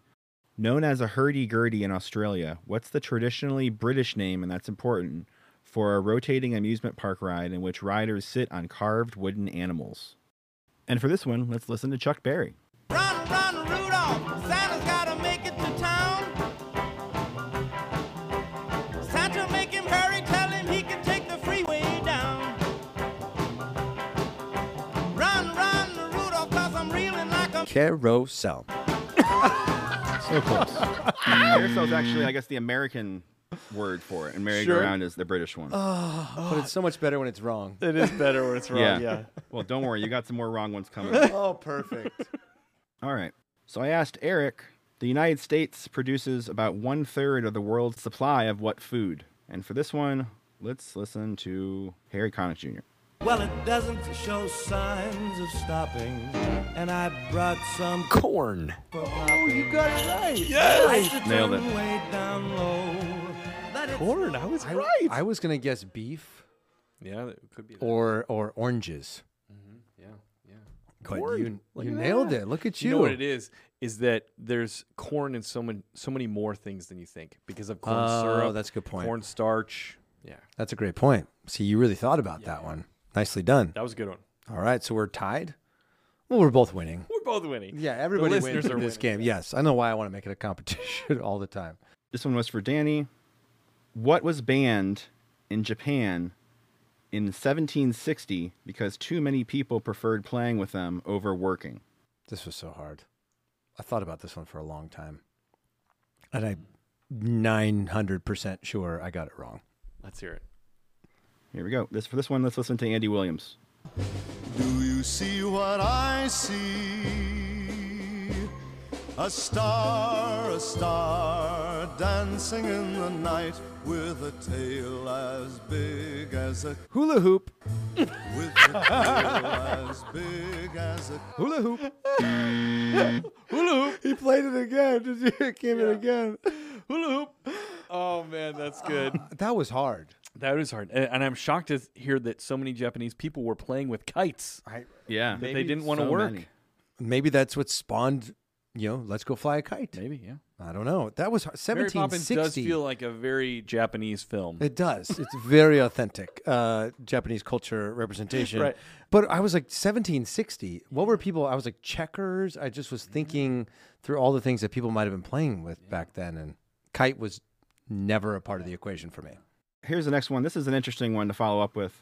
Speaker 4: Known as a hurdy-gurdy in Australia, what's the traditionally British name, and that's important, for a rotating amusement park ride in which riders sit on carved wooden animals? And for this one, let's listen to Chuck Berry.
Speaker 8: Run, run, Rudolph. Santa's gotta make it to town. Santa make him hurry, tell him he can take the freeway down. Run, run, Rudolph, cause I'm reeling like a
Speaker 1: Carousel.
Speaker 4: So close. Carousel is actually, I guess, the American word for it, and merry-go-round is the British one.
Speaker 1: But it's so much better when it's wrong.
Speaker 3: It is better when it's wrong.
Speaker 4: Yeah.
Speaker 3: Yeah.
Speaker 4: Well, don't worry, you got some more wrong ones coming.
Speaker 1: Oh, perfect.
Speaker 4: All right. So I asked Eric, the United States produces about one third of the world's supply of what food? And for this one, let's listen to Harry Connick Jr.
Speaker 8: Well, it doesn't show signs of stopping, and I brought some
Speaker 2: Corn.
Speaker 8: Oh, you got it right. Yes.
Speaker 4: Nailed it.
Speaker 8: Way down low. That it's
Speaker 2: Corn. I was
Speaker 1: I,
Speaker 2: right.
Speaker 1: I was gonna guess beef
Speaker 2: yeah, it could be. That.
Speaker 1: or or oranges.
Speaker 8: Mm-hmm.
Speaker 2: yeah, yeah.
Speaker 1: But
Speaker 2: Corn.
Speaker 1: you
Speaker 2: Look
Speaker 1: you
Speaker 2: at
Speaker 1: nailed
Speaker 2: that.
Speaker 1: it. Look at
Speaker 2: You
Speaker 1: you.
Speaker 2: know what it is? Is that there's corn in so many so many more things than you think because of corn
Speaker 1: Oh,
Speaker 2: syrup.
Speaker 1: that's a good point.
Speaker 2: Corn starch. Yeah,
Speaker 1: That's a great point. See, you really thought about that one. Nicely done.
Speaker 2: that was a good one.
Speaker 1: All right, so we're tied. Well, we're both winning.
Speaker 2: We're both winning.
Speaker 1: Yeah, everybody wins
Speaker 2: listeners
Speaker 1: in
Speaker 2: are
Speaker 1: this
Speaker 2: winning,
Speaker 1: game. Yes, I know why I want to make it a competition all the time.
Speaker 4: This one was for Danny. What was banned in Japan in 1760 because too many people preferred playing with them over working?
Speaker 1: This was so hard. I thought about this one for a long time, and I'm 900% sure I got it wrong.
Speaker 2: Let's hear it.
Speaker 4: Here we go. This for this one, let's listen to Andy Williams.
Speaker 7: Do you see what I see? A star, a star, dancing in the night with a tail as big as a
Speaker 1: Hula hoop,
Speaker 7: with a tail as big as a
Speaker 1: hula hoop, hula hoop. He played it again. Did you? It came in again.
Speaker 2: Hula hoop. Oh man, that's good.
Speaker 1: That was hard.
Speaker 2: that is hard, and, and I'm shocked to hear that so many Japanese people were playing with kites.
Speaker 4: Yeah.
Speaker 2: That they didn't want to work.
Speaker 1: Maybe that's what spawned. You know, let's go fly a kite.
Speaker 2: Maybe, yeah.
Speaker 1: I don't know. That was hard.
Speaker 2: Mary
Speaker 1: 1760.
Speaker 2: Poppins does feel like a very Japanese film.
Speaker 1: It does. It's very authentic uh, Japanese culture representation.
Speaker 2: Right.
Speaker 1: But I was like 1760. What were people? I was like checkers. I just was thinking through all the things that people might have been playing with back then, and kite was never a part of the equation for me.
Speaker 4: Here's the next one. This is an interesting one to follow up with.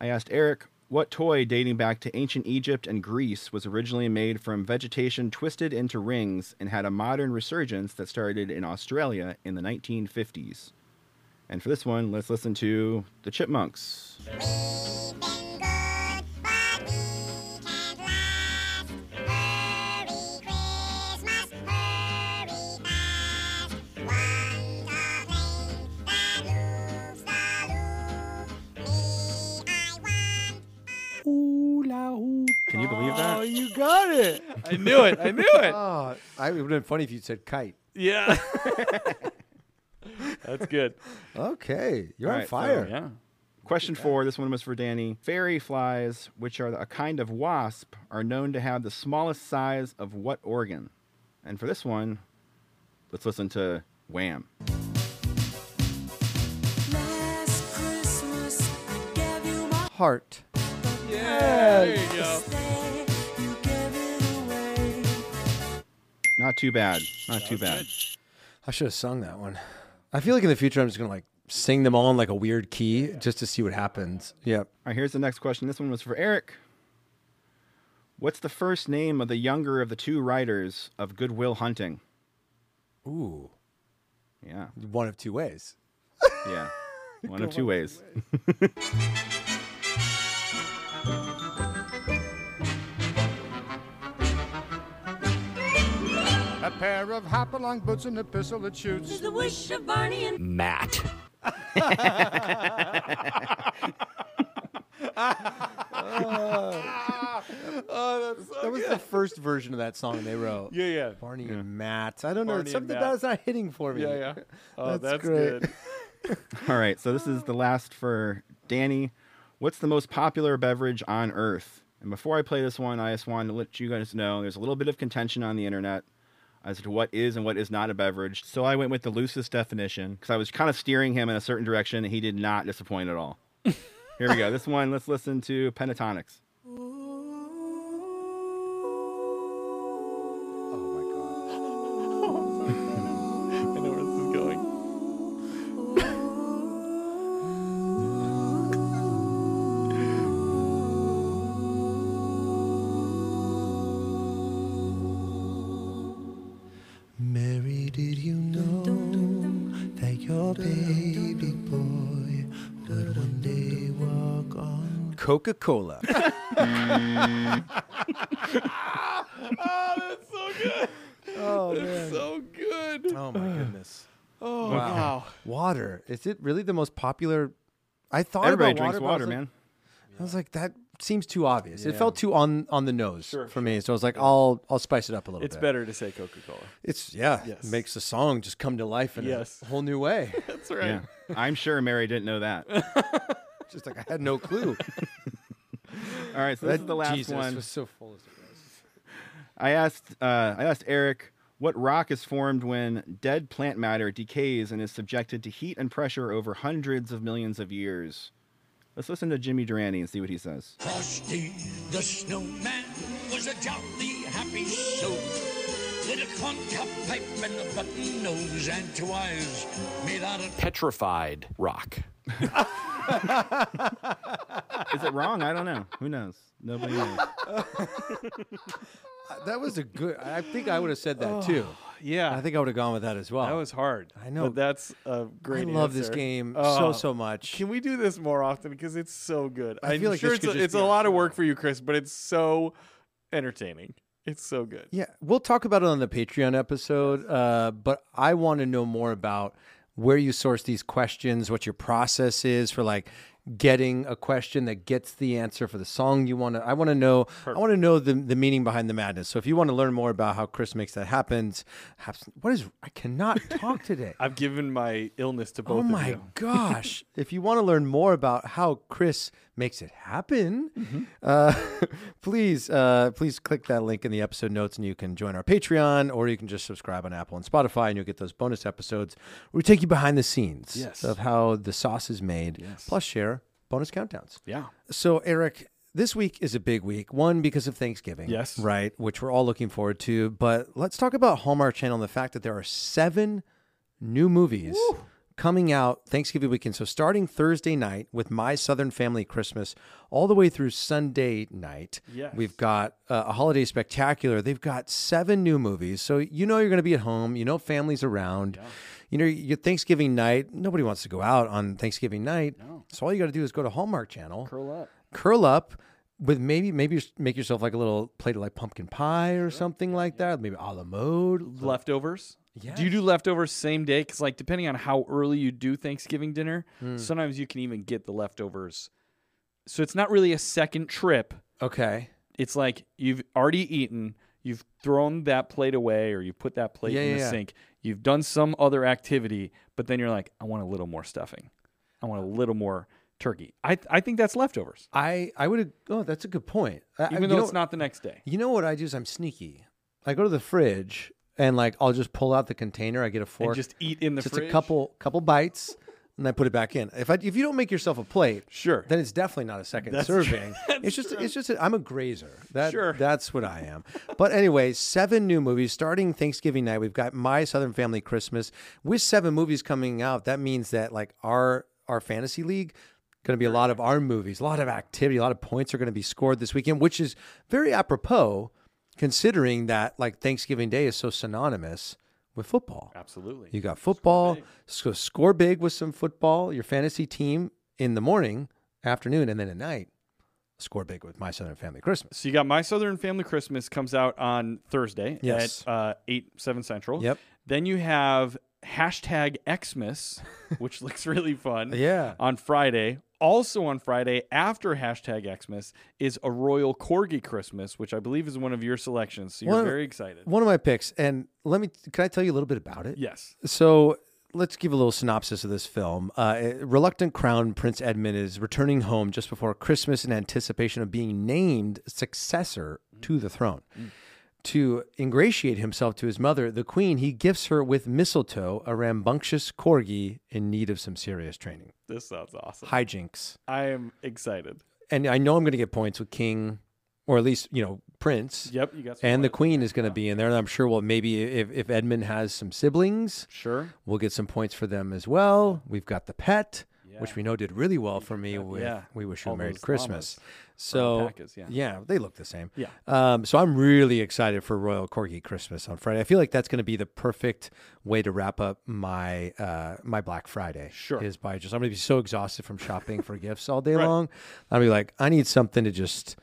Speaker 4: I asked Eric, what toy dating back to ancient Egypt and Greece was originally made from vegetation twisted into rings and had a modern resurgence that started in Australia in the 1950s? And for this one, let's listen to the Chipmunks. Can you believe that?
Speaker 1: you got it.
Speaker 2: I knew it. I knew it.
Speaker 1: oh, I, it would have been funny if you said kite.
Speaker 2: Yeah. that's good.
Speaker 1: Okay, you're
Speaker 4: All
Speaker 1: on
Speaker 4: right, so,
Speaker 1: fire.
Speaker 2: Yeah.
Speaker 4: Question four. This one was for Danny. Fairy flies, which are a kind of wasp, are known to have the smallest size of what organ? And for this one, let's listen to Wham.
Speaker 1: Heart.
Speaker 4: Not too bad. Not too bad.
Speaker 1: I should have sung that one. I feel like in the future I'm just gonna like sing them all in like a weird key just to see what happens. Yep.
Speaker 4: All right, here's the next question. This one was for Eric. What's the first name of the younger of the two writers of Goodwill Hunting?
Speaker 1: Ooh,
Speaker 4: Yeah,
Speaker 1: one of two ways.
Speaker 4: yeah. One of two ways.
Speaker 7: A pair of hop-along boots and a pistol that shoots.
Speaker 9: The wish of Barney and
Speaker 2: Matt. Oh,
Speaker 1: That was the first version of that song they wrote.
Speaker 2: Yeah, yeah.
Speaker 1: Barney and Matt. I don't know.
Speaker 2: Barney
Speaker 1: It's
Speaker 2: and
Speaker 1: something
Speaker 2: Matt.
Speaker 1: that's not hitting for me.
Speaker 2: Yeah, yeah. Oh,
Speaker 1: That's
Speaker 2: that's,
Speaker 1: great.
Speaker 2: good.
Speaker 4: All right, so this is the last for Danny. What's the most popular beverage on Earth? And before I play this one, I just wanted to let you guys know there's a little bit of contention on the internet as to what is and what is not a beverage. So I went with the loosest definition because I was kind of steering him in a certain direction, and he did not disappoint at all. Here we go. This one, let's listen to Pentatonics.
Speaker 2: I know where this is going.
Speaker 8: Mary, did you know that your baby boy would one day walk on?
Speaker 1: Coca Cola.
Speaker 2: Ah,
Speaker 8: Oh,
Speaker 2: So good.
Speaker 1: Oh my goodness.
Speaker 2: Oh
Speaker 1: Wow. Water. Is it really the most popular? I thought
Speaker 4: Everybody
Speaker 1: about
Speaker 4: drinks
Speaker 1: water, but I was
Speaker 4: water,
Speaker 1: like-
Speaker 4: man.
Speaker 1: I was like, that seems too obvious. It felt too on on the nose for me. So I was like, I'll I'll spice it up a little
Speaker 2: It's
Speaker 1: bit.
Speaker 2: better to say Coca Cola.
Speaker 1: It's yeah.
Speaker 2: Yes.
Speaker 1: Makes the song just come to life in
Speaker 2: Yes.
Speaker 1: a whole new way.
Speaker 2: That's right.
Speaker 4: Yeah. I'm sure Mary didn't know that. All
Speaker 1: just like I had no clue.
Speaker 4: right, so this is the last
Speaker 1: Jesus
Speaker 4: one.
Speaker 1: was so full of
Speaker 4: I asked uh, I asked Eric what rock is formed when dead plant matter decays and is subjected to heat and pressure over hundreds of millions of years. Let's listen to Jimmy Durante and see what he says.
Speaker 9: Frosty the Snowman was a jolly happy soul. Little clunked up pipe and a button nose and two eyes made out of
Speaker 3: Petrified rock.
Speaker 4: Is it wrong? I don't know. Who knows? Nobody knows.
Speaker 1: Uh, That was a good. I think I would have said that too.
Speaker 2: Oh, Yeah.
Speaker 1: I think I would have gone with that as well.
Speaker 2: that was hard.
Speaker 1: I know.
Speaker 2: But that's a great
Speaker 1: I love this
Speaker 2: answer.
Speaker 1: game
Speaker 2: Oh.
Speaker 1: so so much.
Speaker 2: Can we do this more often? Because it's so good.
Speaker 1: I
Speaker 2: I'm
Speaker 1: feel like
Speaker 2: sure
Speaker 1: this
Speaker 2: it's,
Speaker 1: could
Speaker 2: a,
Speaker 1: just
Speaker 2: it's
Speaker 1: be
Speaker 2: a
Speaker 1: our
Speaker 2: lot of
Speaker 1: show.
Speaker 2: work for you, Chris, but it's so entertaining. It's so good.
Speaker 1: Yeah, we'll talk about it on the Patreon episode. Uh, but I want to know more about where you source these questions, what your process is for like getting a question that gets the answer for the song you want to. I want to know. I want to know the the meaning behind the madness. So if you want to learn more about how Chris makes that happen, happens- what is I cannot talk today.
Speaker 2: I've given my illness to both
Speaker 1: Oh
Speaker 2: of
Speaker 1: my
Speaker 2: you.
Speaker 1: gosh! if you want to learn more about how Chris makes it happen, uh, please uh, please click that link in the episode notes, and you can join our Patreon, or you can just subscribe on Apple and Spotify, and you'll get those bonus episodes. where We take you behind the scenes
Speaker 2: Yes.
Speaker 1: of how the sauce is made, plus share bonus countdowns.
Speaker 2: Yeah.
Speaker 1: So, Eric, this week is a big week. One, because of Thanksgiving.
Speaker 2: Yes.
Speaker 1: Right, which we're all looking forward to. But let's talk about Hallmark Channel and the fact that there are seven new movies coming out Thanksgiving weekend. So, starting Thursday night with My Southern Family Christmas, all the way through Sunday night,
Speaker 2: Yes.
Speaker 1: we've got uh, a holiday spectacular. They've got seven new movies. So, you know, you're going to be at home, you know, families around. You know, your Thanksgiving night, nobody wants to go out on Thanksgiving night. So all you got to do is go to Hallmark Channel curl up with maybe maybe just make yourself like a little plate of like pumpkin pie or something like that. Maybe a la mode.
Speaker 2: Leftovers. Do you do leftovers same day? Because like depending on how early you do Thanksgiving dinner,
Speaker 1: Hmm.
Speaker 2: sometimes you can even get the leftovers. So it's not really a second trip.
Speaker 1: Okay.
Speaker 2: It's like you've already eaten, you've thrown that plate away, or you put that plate
Speaker 1: Yeah,
Speaker 2: in
Speaker 1: yeah,
Speaker 2: the
Speaker 1: yeah.
Speaker 2: sink. You've done some other activity, but then you're like, I want a little more stuffing. I want a little more turkey. I I think that's leftovers,
Speaker 1: I I would oh that's a good point. I- I-
Speaker 2: even
Speaker 1: you
Speaker 2: though
Speaker 1: know-
Speaker 2: it's not the next day.
Speaker 1: You know what I do is I'm sneaky. I go to the fridge and like I'll just pull out the container. I get a fork,
Speaker 2: And just eat in the
Speaker 1: just
Speaker 2: fridge.
Speaker 1: a couple couple bites, and I put it back in. If I if you don't make yourself a plate,
Speaker 2: Sure.
Speaker 1: then it's definitely not a second serving. It's just it's just a, I'm a grazer. That
Speaker 2: Sure.
Speaker 1: that's what I am. But anyway, seven new movies starting Thanksgiving night. We've got My Southern Family Christmas with seven movies coming out. That means that like our our fantasy league going to be a lot of our movies, a lot of activity, a lot of points are going to be scored this weekend, which is very apropos considering that like Thanksgiving Day is so synonymous with football.
Speaker 2: Absolutely.
Speaker 1: You got football. So score big with some football. Your fantasy team in the morning, afternoon, and then at night. Score big with my Southern Family Christmas.
Speaker 2: So you got My Southern Family Christmas comes out on Thursday
Speaker 1: Yes.
Speaker 2: at uh, eight seven central.
Speaker 1: Yep.
Speaker 2: Then you have hashtag Xmas, which looks really fun.
Speaker 1: Yeah.
Speaker 2: On Friday. Also on Friday after hashtag Xmas is a Royal Corgi Christmas, which I believe is one of your selections. So you're
Speaker 1: One of-
Speaker 2: very excited.
Speaker 1: One of my picks, and let me. Can I tell you a little bit about it?
Speaker 2: Yes.
Speaker 1: So let's give a little synopsis of this film. Uh, reluctant Crown Prince Edmund is returning home just
Speaker 2: Mm.
Speaker 1: before Christmas in anticipation of being named successor to the throne. to ingratiate himself to his mother, the queen, he gifts her with mistletoe a rambunctious corgi in need of some serious training.
Speaker 2: This sounds awesome.
Speaker 1: Hijinks.
Speaker 2: I am excited.
Speaker 1: And I know I'm going to get points with king, or at least, you know, prince.
Speaker 2: Yep, you got some
Speaker 1: And the
Speaker 2: points.
Speaker 1: queen is going to be in there. And I'm sure, well, maybe if, if Edmund has some siblings,
Speaker 2: Sure.
Speaker 1: we'll get some points for them as well. We've got the pet, which we know did really well for me with
Speaker 2: yeah.
Speaker 1: We Wish You
Speaker 2: All
Speaker 1: a Merry
Speaker 2: those
Speaker 1: Christmas.
Speaker 2: Or
Speaker 1: So,
Speaker 2: alpacas, yeah.
Speaker 1: they look the same.
Speaker 2: Yeah.
Speaker 1: Um, so I'm really excited for Royal Corgi Christmas on Friday. I feel like that's going to be the perfect way to wrap up my uh, my Black Friday.
Speaker 2: Sure.
Speaker 1: Is by just I'm going to be so exhausted from shopping for gifts all day long. I'll be like, I need something to just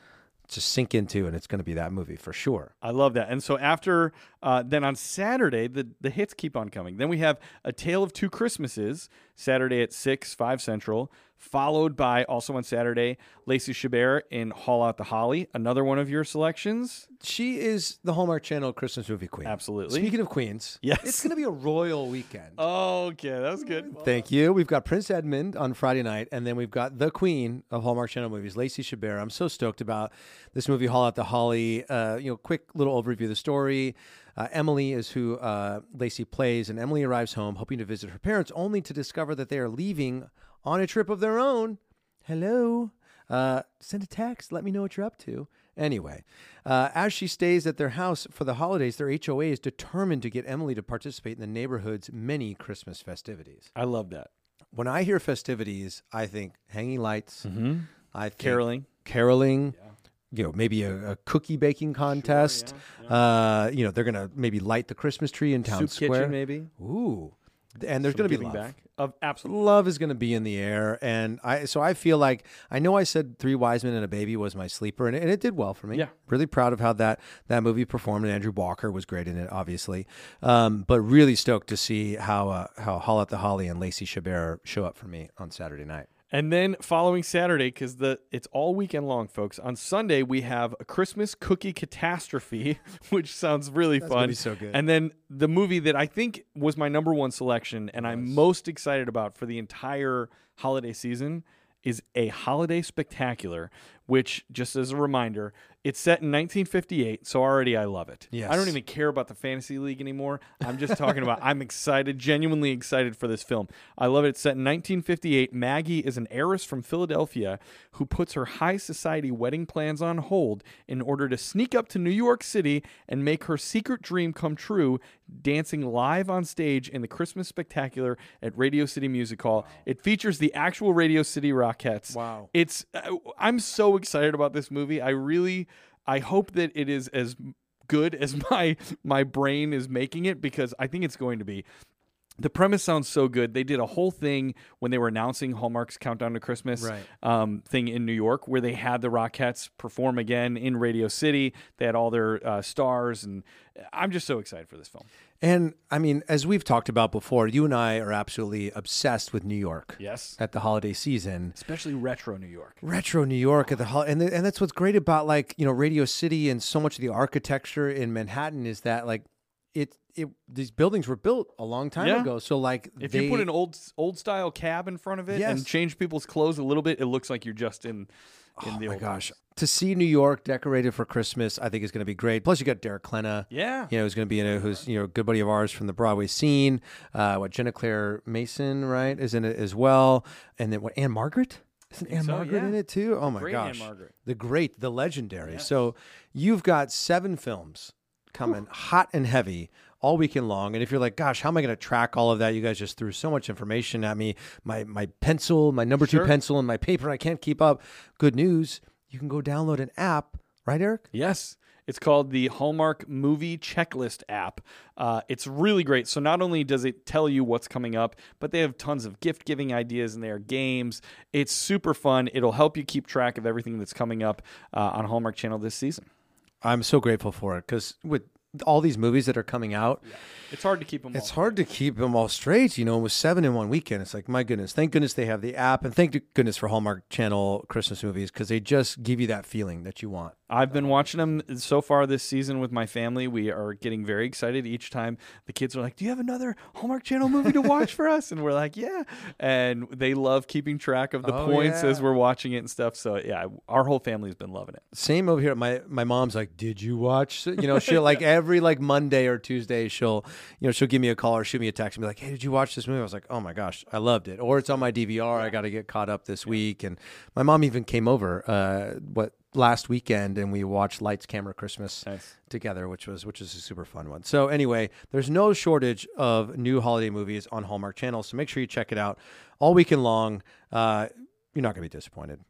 Speaker 1: to sink into, and it's going to be that movie for sure.
Speaker 2: I love that. And so after uh, then on Saturday, the the hits keep on coming. Then we have A Tale of Two Christmases Saturday at six five central, followed by also on Saturday Lacey Chabert in Haul Out the Holly, another one of your selections.
Speaker 1: She is the Hallmark Channel Christmas movie queen.
Speaker 2: Absolutely.
Speaker 1: Speaking of queens,
Speaker 2: Yes.
Speaker 1: it's going to be a royal weekend.
Speaker 2: Okay, that was good.
Speaker 1: Thank you. We've got Prince Edmund on Friday night, and then we've got the queen of Hallmark Channel movies, Lacey Chabert. I'm so stoked about this movie, Hall at the Holly. Uh, you know, quick little overview of the story. Uh, Emily is who uh, Lacey plays, and Emily arrives home hoping to visit her parents, only to discover that they are leaving on a trip of their own. Hello. Uh, send a text. Let me know what you're up to. Anyway, uh, as she stays at their house for the holidays, their HOA is determined to get Emily to participate in the neighborhood's many Christmas festivities
Speaker 2: I love that.
Speaker 1: when I hear festivities, I think hanging lights, I think
Speaker 2: Caroling.
Speaker 1: caroling. You know, maybe a, a cookie baking contest. Uh, you know, they're gonna maybe light the Christmas tree in town
Speaker 2: Soup
Speaker 1: square.
Speaker 2: kitchen maybe.
Speaker 1: Ooh, and there's gonna be
Speaker 2: Giving
Speaker 1: love.
Speaker 2: back. Of absolutely.
Speaker 1: Love is gonna be in the air, and I so I feel like I know I said Three Wise Men and a Baby was my sleeper, and it, and it did well for me.
Speaker 2: Yeah.
Speaker 1: really proud of how that that movie performed, and Andrew Walker was great in it, obviously. Um, but really stoked to see how uh, how Hall at the Holly and Lacey Chabert show up for me on Saturday night.
Speaker 2: And then following Saturday, because the it's all weekend long, folks. On Sunday we have a Christmas cookie catastrophe, which sounds really
Speaker 1: That's gonna
Speaker 2: fun.
Speaker 1: be so good.
Speaker 2: And then the movie that I think was my number one selection, and I'm most excited about for the entire holiday season, is a holiday spectacular. Which, just as a reminder, it's set in 1958. So already I love it. I don't
Speaker 1: Yes.
Speaker 2: even care about the fantasy league anymore. I'm just talking about I'm excited, genuinely excited for this film. I love it. It's set in 1958. Maggie is an heiress from Philadelphia who puts her high society wedding plans on hold in order to sneak up to New York City and make her secret dream come true, dancing live on stage in the Christmas spectacular at Radio City Music Hall. It features the actual Radio City Rockettes.
Speaker 1: Wow.
Speaker 2: It's I- I'm so excited about this movie. I really I hope that it is as good as my my brain is making it because I think it's going to be. The premise sounds so good. They did a whole thing when they were announcing Hallmark's Countdown to Christmas
Speaker 1: Right.
Speaker 2: um, thing in New York, where they had the Rockettes perform again in Radio City. They had all their uh, stars, and I'm just so excited for this film.
Speaker 1: And I mean, as we've talked about before, you and I are absolutely obsessed with New York.
Speaker 2: Yes.
Speaker 1: At the holiday season.
Speaker 2: especially retro New York.
Speaker 1: Retro New York at the hol- and the, and that's what's great about like, you know, Radio City and so much of the architecture in Manhattan is that like it it these buildings were built a long time
Speaker 2: Yeah.
Speaker 1: ago. So like
Speaker 2: If
Speaker 1: they,
Speaker 2: you put an old old style cab in front of it
Speaker 1: Yes.
Speaker 2: and change people's clothes a little bit, it looks like you're just in. in
Speaker 1: Oh
Speaker 2: the
Speaker 1: my
Speaker 2: old
Speaker 1: gosh. To see New York decorated for Christmas, I think is going to be great. Plus, you got Derek Klena.
Speaker 2: Yeah.
Speaker 1: You know, who's going to be in a, who's, you know, a good buddy of ours from the Broadway scene. Uh, what, Jenna Claire Mason, right, is in it as well. And then what, Anne Margaret? Isn't Anne
Speaker 2: so,
Speaker 1: Margaret
Speaker 2: yeah.
Speaker 1: in it too? Oh my
Speaker 2: great Anne
Speaker 1: gosh.
Speaker 2: Margaret.
Speaker 1: The great, the legendary. So you've got seven films coming hot and heavy all weekend long. And if you're like, gosh, how am I going to track all of that? You guys just threw so much information at me. My my pencil, my number two pencil, and my paper, I can't keep up. Good news, you can go download an app, right, Eric?
Speaker 2: Yes. It's called the Hallmark Movie Checklist app. Uh, it's really great. So, not only does it tell you what's coming up, but they have tons of gift giving ideas and their games. It's super fun. It'll help you keep track of everything that's coming up uh, on Hallmark Channel this season.
Speaker 1: I'm so grateful for it because with all these movies that are coming out,
Speaker 2: It's hard to keep them
Speaker 1: It's hard to keep them all straight, you know, with seven in one weekend. It's like, my goodness, thank goodness they have the app, and thank goodness for Hallmark Channel Christmas movies because they just give you that feeling that you want.
Speaker 2: I've been watching them so far this season with my family. We are getting very excited each time. The kids are like, "Do you have another Hallmark Channel movie to watch for us?" And we're like, "Yeah." And they love keeping track of the
Speaker 1: Oh,
Speaker 2: points
Speaker 1: yeah.
Speaker 2: as we're watching it and stuff. So yeah, our whole family's been loving it.
Speaker 1: Same over here. My my mom's like, "Did you watch?" You know, she'll like every like Monday or Tuesday, she'll you know she'll give me a call or shoot me a text and be like, "Hey, did you watch this movie?" I was like, "Oh my gosh, I loved it." Or it's on my DVR. I got to get caught up this week. And my mom even came over uh, what last weekend and we watched Lights Camera Christmas together, which was which is a super fun one. So anyway, there's no shortage of new holiday movies on Hallmark Channel, so make sure you check it out all weekend long. Uh, you're not gonna be disappointed.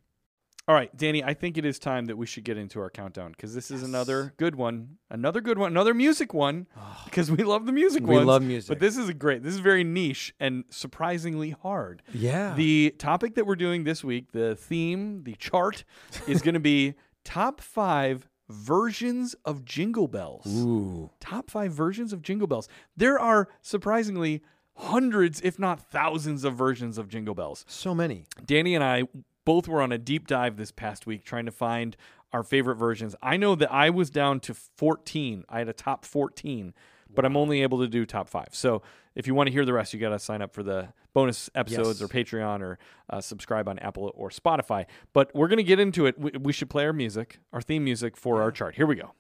Speaker 2: All right, Danny, I think it is time that we should get into our countdown because this is another good one, another good one, another music one because we love the music
Speaker 1: We
Speaker 2: ones,
Speaker 1: love music.
Speaker 2: But this is a great. This is very niche and surprisingly hard.
Speaker 1: Yeah.
Speaker 2: The topic that we're doing this week, the theme, the chart is going to be top 5 versions of Jingle Bells.
Speaker 1: Ooh.
Speaker 2: Top 5 versions of Jingle Bells. There are surprisingly hundreds if not thousands of versions of Jingle Bells.
Speaker 1: So many.
Speaker 2: Danny and I both were on a deep dive this past week trying to find our favorite versions. I know that I was down to 14. I had a top 14, but I'm only able to do top five. So if you want to hear the rest, you got to sign up for the bonus episodes
Speaker 1: Yes.
Speaker 2: or Patreon or uh, subscribe on Apple or Spotify. But we're going to get into it. We, we should play our music, our theme music for our chart. Here we go.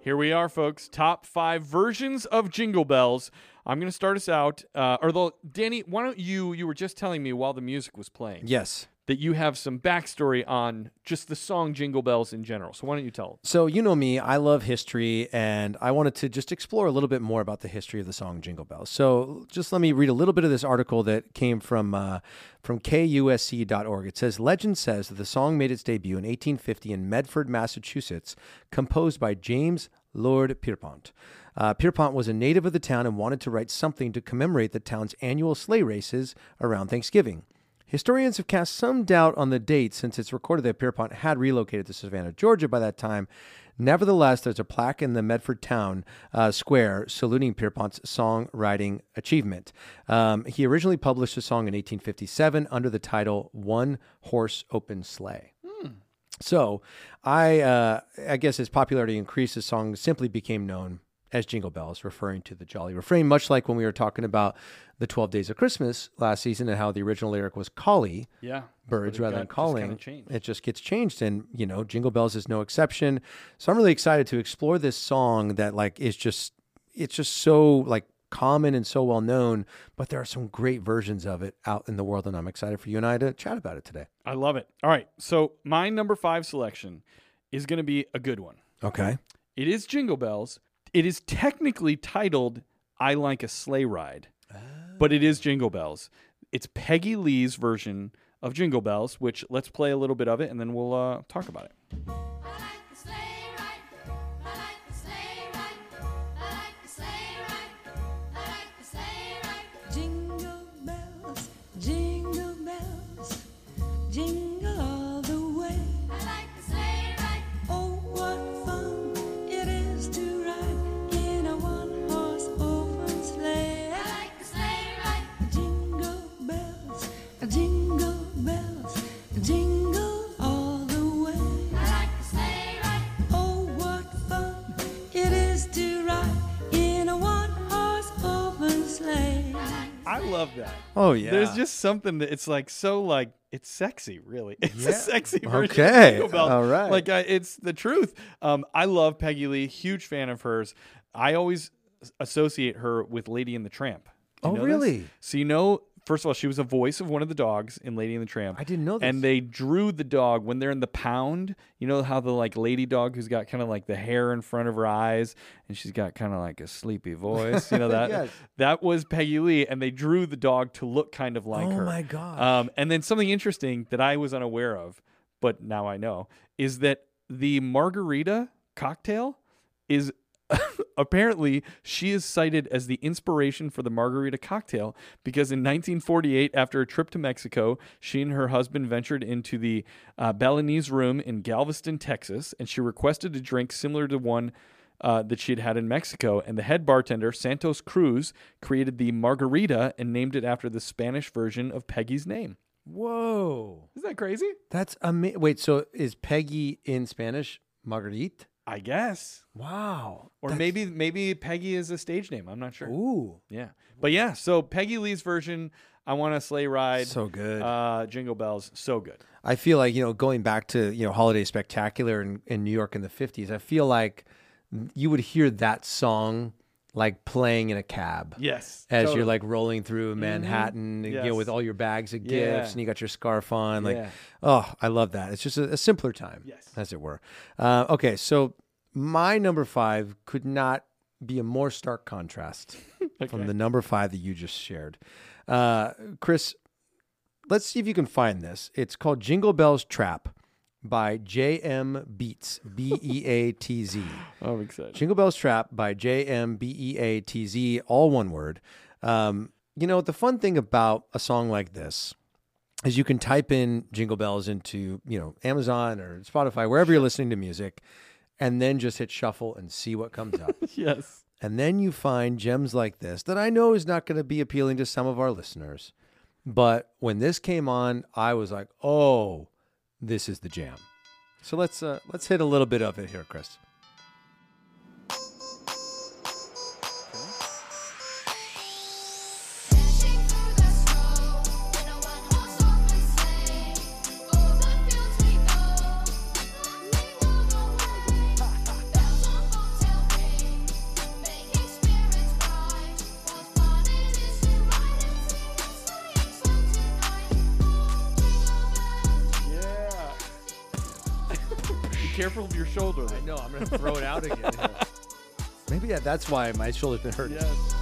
Speaker 2: Here we are, folks. Top five versions of Jingle Bells. I'm going to start us out. Uh, although, Danny, why don't you? You were just telling me while the music was playing
Speaker 1: Yes.
Speaker 2: that you have some backstory on just the song Jingle Bells in general. So why don't you tell us?
Speaker 1: So, you know me, I love history, and I wanted to just explore a little bit more about the history of the song Jingle Bells. So, just let me read a little bit of this article that came from, uh, from KUSC.org. It says Legend says that the song made its debut in 1850 in Medford, Massachusetts, composed by James Lord Pierpont. Uh, Pierpont was a native of the town and wanted to write something to commemorate the town's annual sleigh races around Thanksgiving. Historians have cast some doubt on the date since it's recorded that Pierpont had relocated to Savannah, Georgia by that time. Nevertheless, there's a plaque in the Medford Town uh, Square saluting Pierpont's songwriting achievement. Um, he originally published the song in 1857 under the title One Horse Open Sleigh. So, I uh, I guess as popularity increased, the song simply became known as Jingle Bells, referring to the jolly refrain, much like when we were talking about the Twelve Days of Christmas last season and how the original lyric was "Collie."
Speaker 2: Yeah.
Speaker 1: birds rather than
Speaker 2: got- just kinda
Speaker 1: calling
Speaker 2: changed.
Speaker 1: it just gets changed and you know jingle bells is no exception so i'm really excited to explore this song that like is just it's just so like common and so well known but there are some great versions of it out in the world and i'm excited for you and i to chat about it today
Speaker 2: I love it. All right. So my number five selection is going to be a good one.
Speaker 1: okay
Speaker 2: It is Jingle Bells. It is technically titled I Like a Sleigh Ride, but it is Jingle Bells. It's Peggy Lee's version of Jingle Bells, which let's play a little bit of it and then we'll uh, talk about it.
Speaker 10: Jingle bells, jingle bells, jingle all the way. I like the sleigh ride. Oh, what fun it is to ride in a one-horse open sleigh. I like the sleigh ride. Jingle bells, jingle bells, jingle all the way. I like the sleigh ride. Oh, what fun it is to ride in a one-horse open sleigh.
Speaker 2: I love that.
Speaker 1: oh yeah
Speaker 2: There's just something that it's like so like it's sexy, really. It's a sexy version.
Speaker 1: Okay.
Speaker 2: Of Jingle Bells.
Speaker 1: All right.
Speaker 2: Like I, it's the truth. Um, I love Peggy Lee. Huge fan of hers. I always associate her with Lady and the Tramp. Do you
Speaker 1: Oh,
Speaker 2: know this?
Speaker 1: really?
Speaker 2: So you know, first of all, she was a voice of one of the dogs in Lady and the Tramp.
Speaker 1: I didn't know this.
Speaker 2: And they drew the dog when they're in the pound. You know how the like lady dog who's got kind of like the hair in front of her eyes, and she's got kind of like a sleepy voice. You know that
Speaker 1: Yes.
Speaker 2: that was Peggy Lee, and they drew the dog to look kind of like
Speaker 1: Oh
Speaker 2: her.
Speaker 1: my gosh.
Speaker 2: Um, and then something interesting that I was unaware of, but now I know, is that the margarita cocktail is apparently she is cited as the inspiration for the margarita cocktail because in 1948 after a trip to mexico she and her husband ventured into the uh, balinese room in galveston texas and she requested a drink similar to one uh, that she had had in mexico and the head bartender santos cruz created the margarita and named it after the spanish version of peggy's name
Speaker 1: Whoa.
Speaker 2: Isn't that crazy?
Speaker 1: That's amazing. Wait, so is Peggy in Spanish Marguerite?
Speaker 2: I guess.
Speaker 1: Wow.
Speaker 2: Or
Speaker 1: That's-
Speaker 2: maybe maybe Peggy is a stage name. I'm not sure.
Speaker 1: Ooh.
Speaker 2: Yeah. But yeah, so Peggy Lee's version, I want a sleigh ride.
Speaker 1: So good.
Speaker 2: Uh, Jingle Bells, so good.
Speaker 1: I feel like, you know, going back to, you know, Holiday Spectacular in, in New York in the 50s, I feel like you would hear that song like playing in a cab.
Speaker 2: Yes. totally.
Speaker 1: As
Speaker 2: Mm-hmm.
Speaker 1: you're like rolling through Manhattan, you
Speaker 2: Yes.
Speaker 1: know, with all your bags of gifts
Speaker 2: Yeah.
Speaker 1: and you got your scarf on. Like,
Speaker 2: Yeah.
Speaker 1: oh, I love that. It's just a, a simpler time,
Speaker 2: Yes.
Speaker 1: as it were. Uh, okay, so my number five could not be a more stark contrast
Speaker 2: Okay.
Speaker 1: from the number five that you just shared. Uh, Chris, let's see if you can find this. It's called Jingle Bells Trap by J.M. Beats, B E A T Z.
Speaker 2: Oh, I'm excited.
Speaker 1: Jingle Bells Trap by J M B E A T Z, all one word. Um, you know, the fun thing about a song like this is you can type in Jingle Bells into, you know, Amazon or Spotify, wherever you're listening to music, and then just hit shuffle and see what comes up.
Speaker 2: yes.
Speaker 1: and then you find gems like this that I know is not going to be appealing to some of our listeners. But when this came on, I was like, oh, this is the jam. So let's uh, let's hit a little bit of it here, Chris.
Speaker 2: Yeah. Be careful of your shoulder. I
Speaker 1: No, I'm gonna throw it out again. Maybe yeah, that's why my shoulder's been hurting.
Speaker 2: Yes.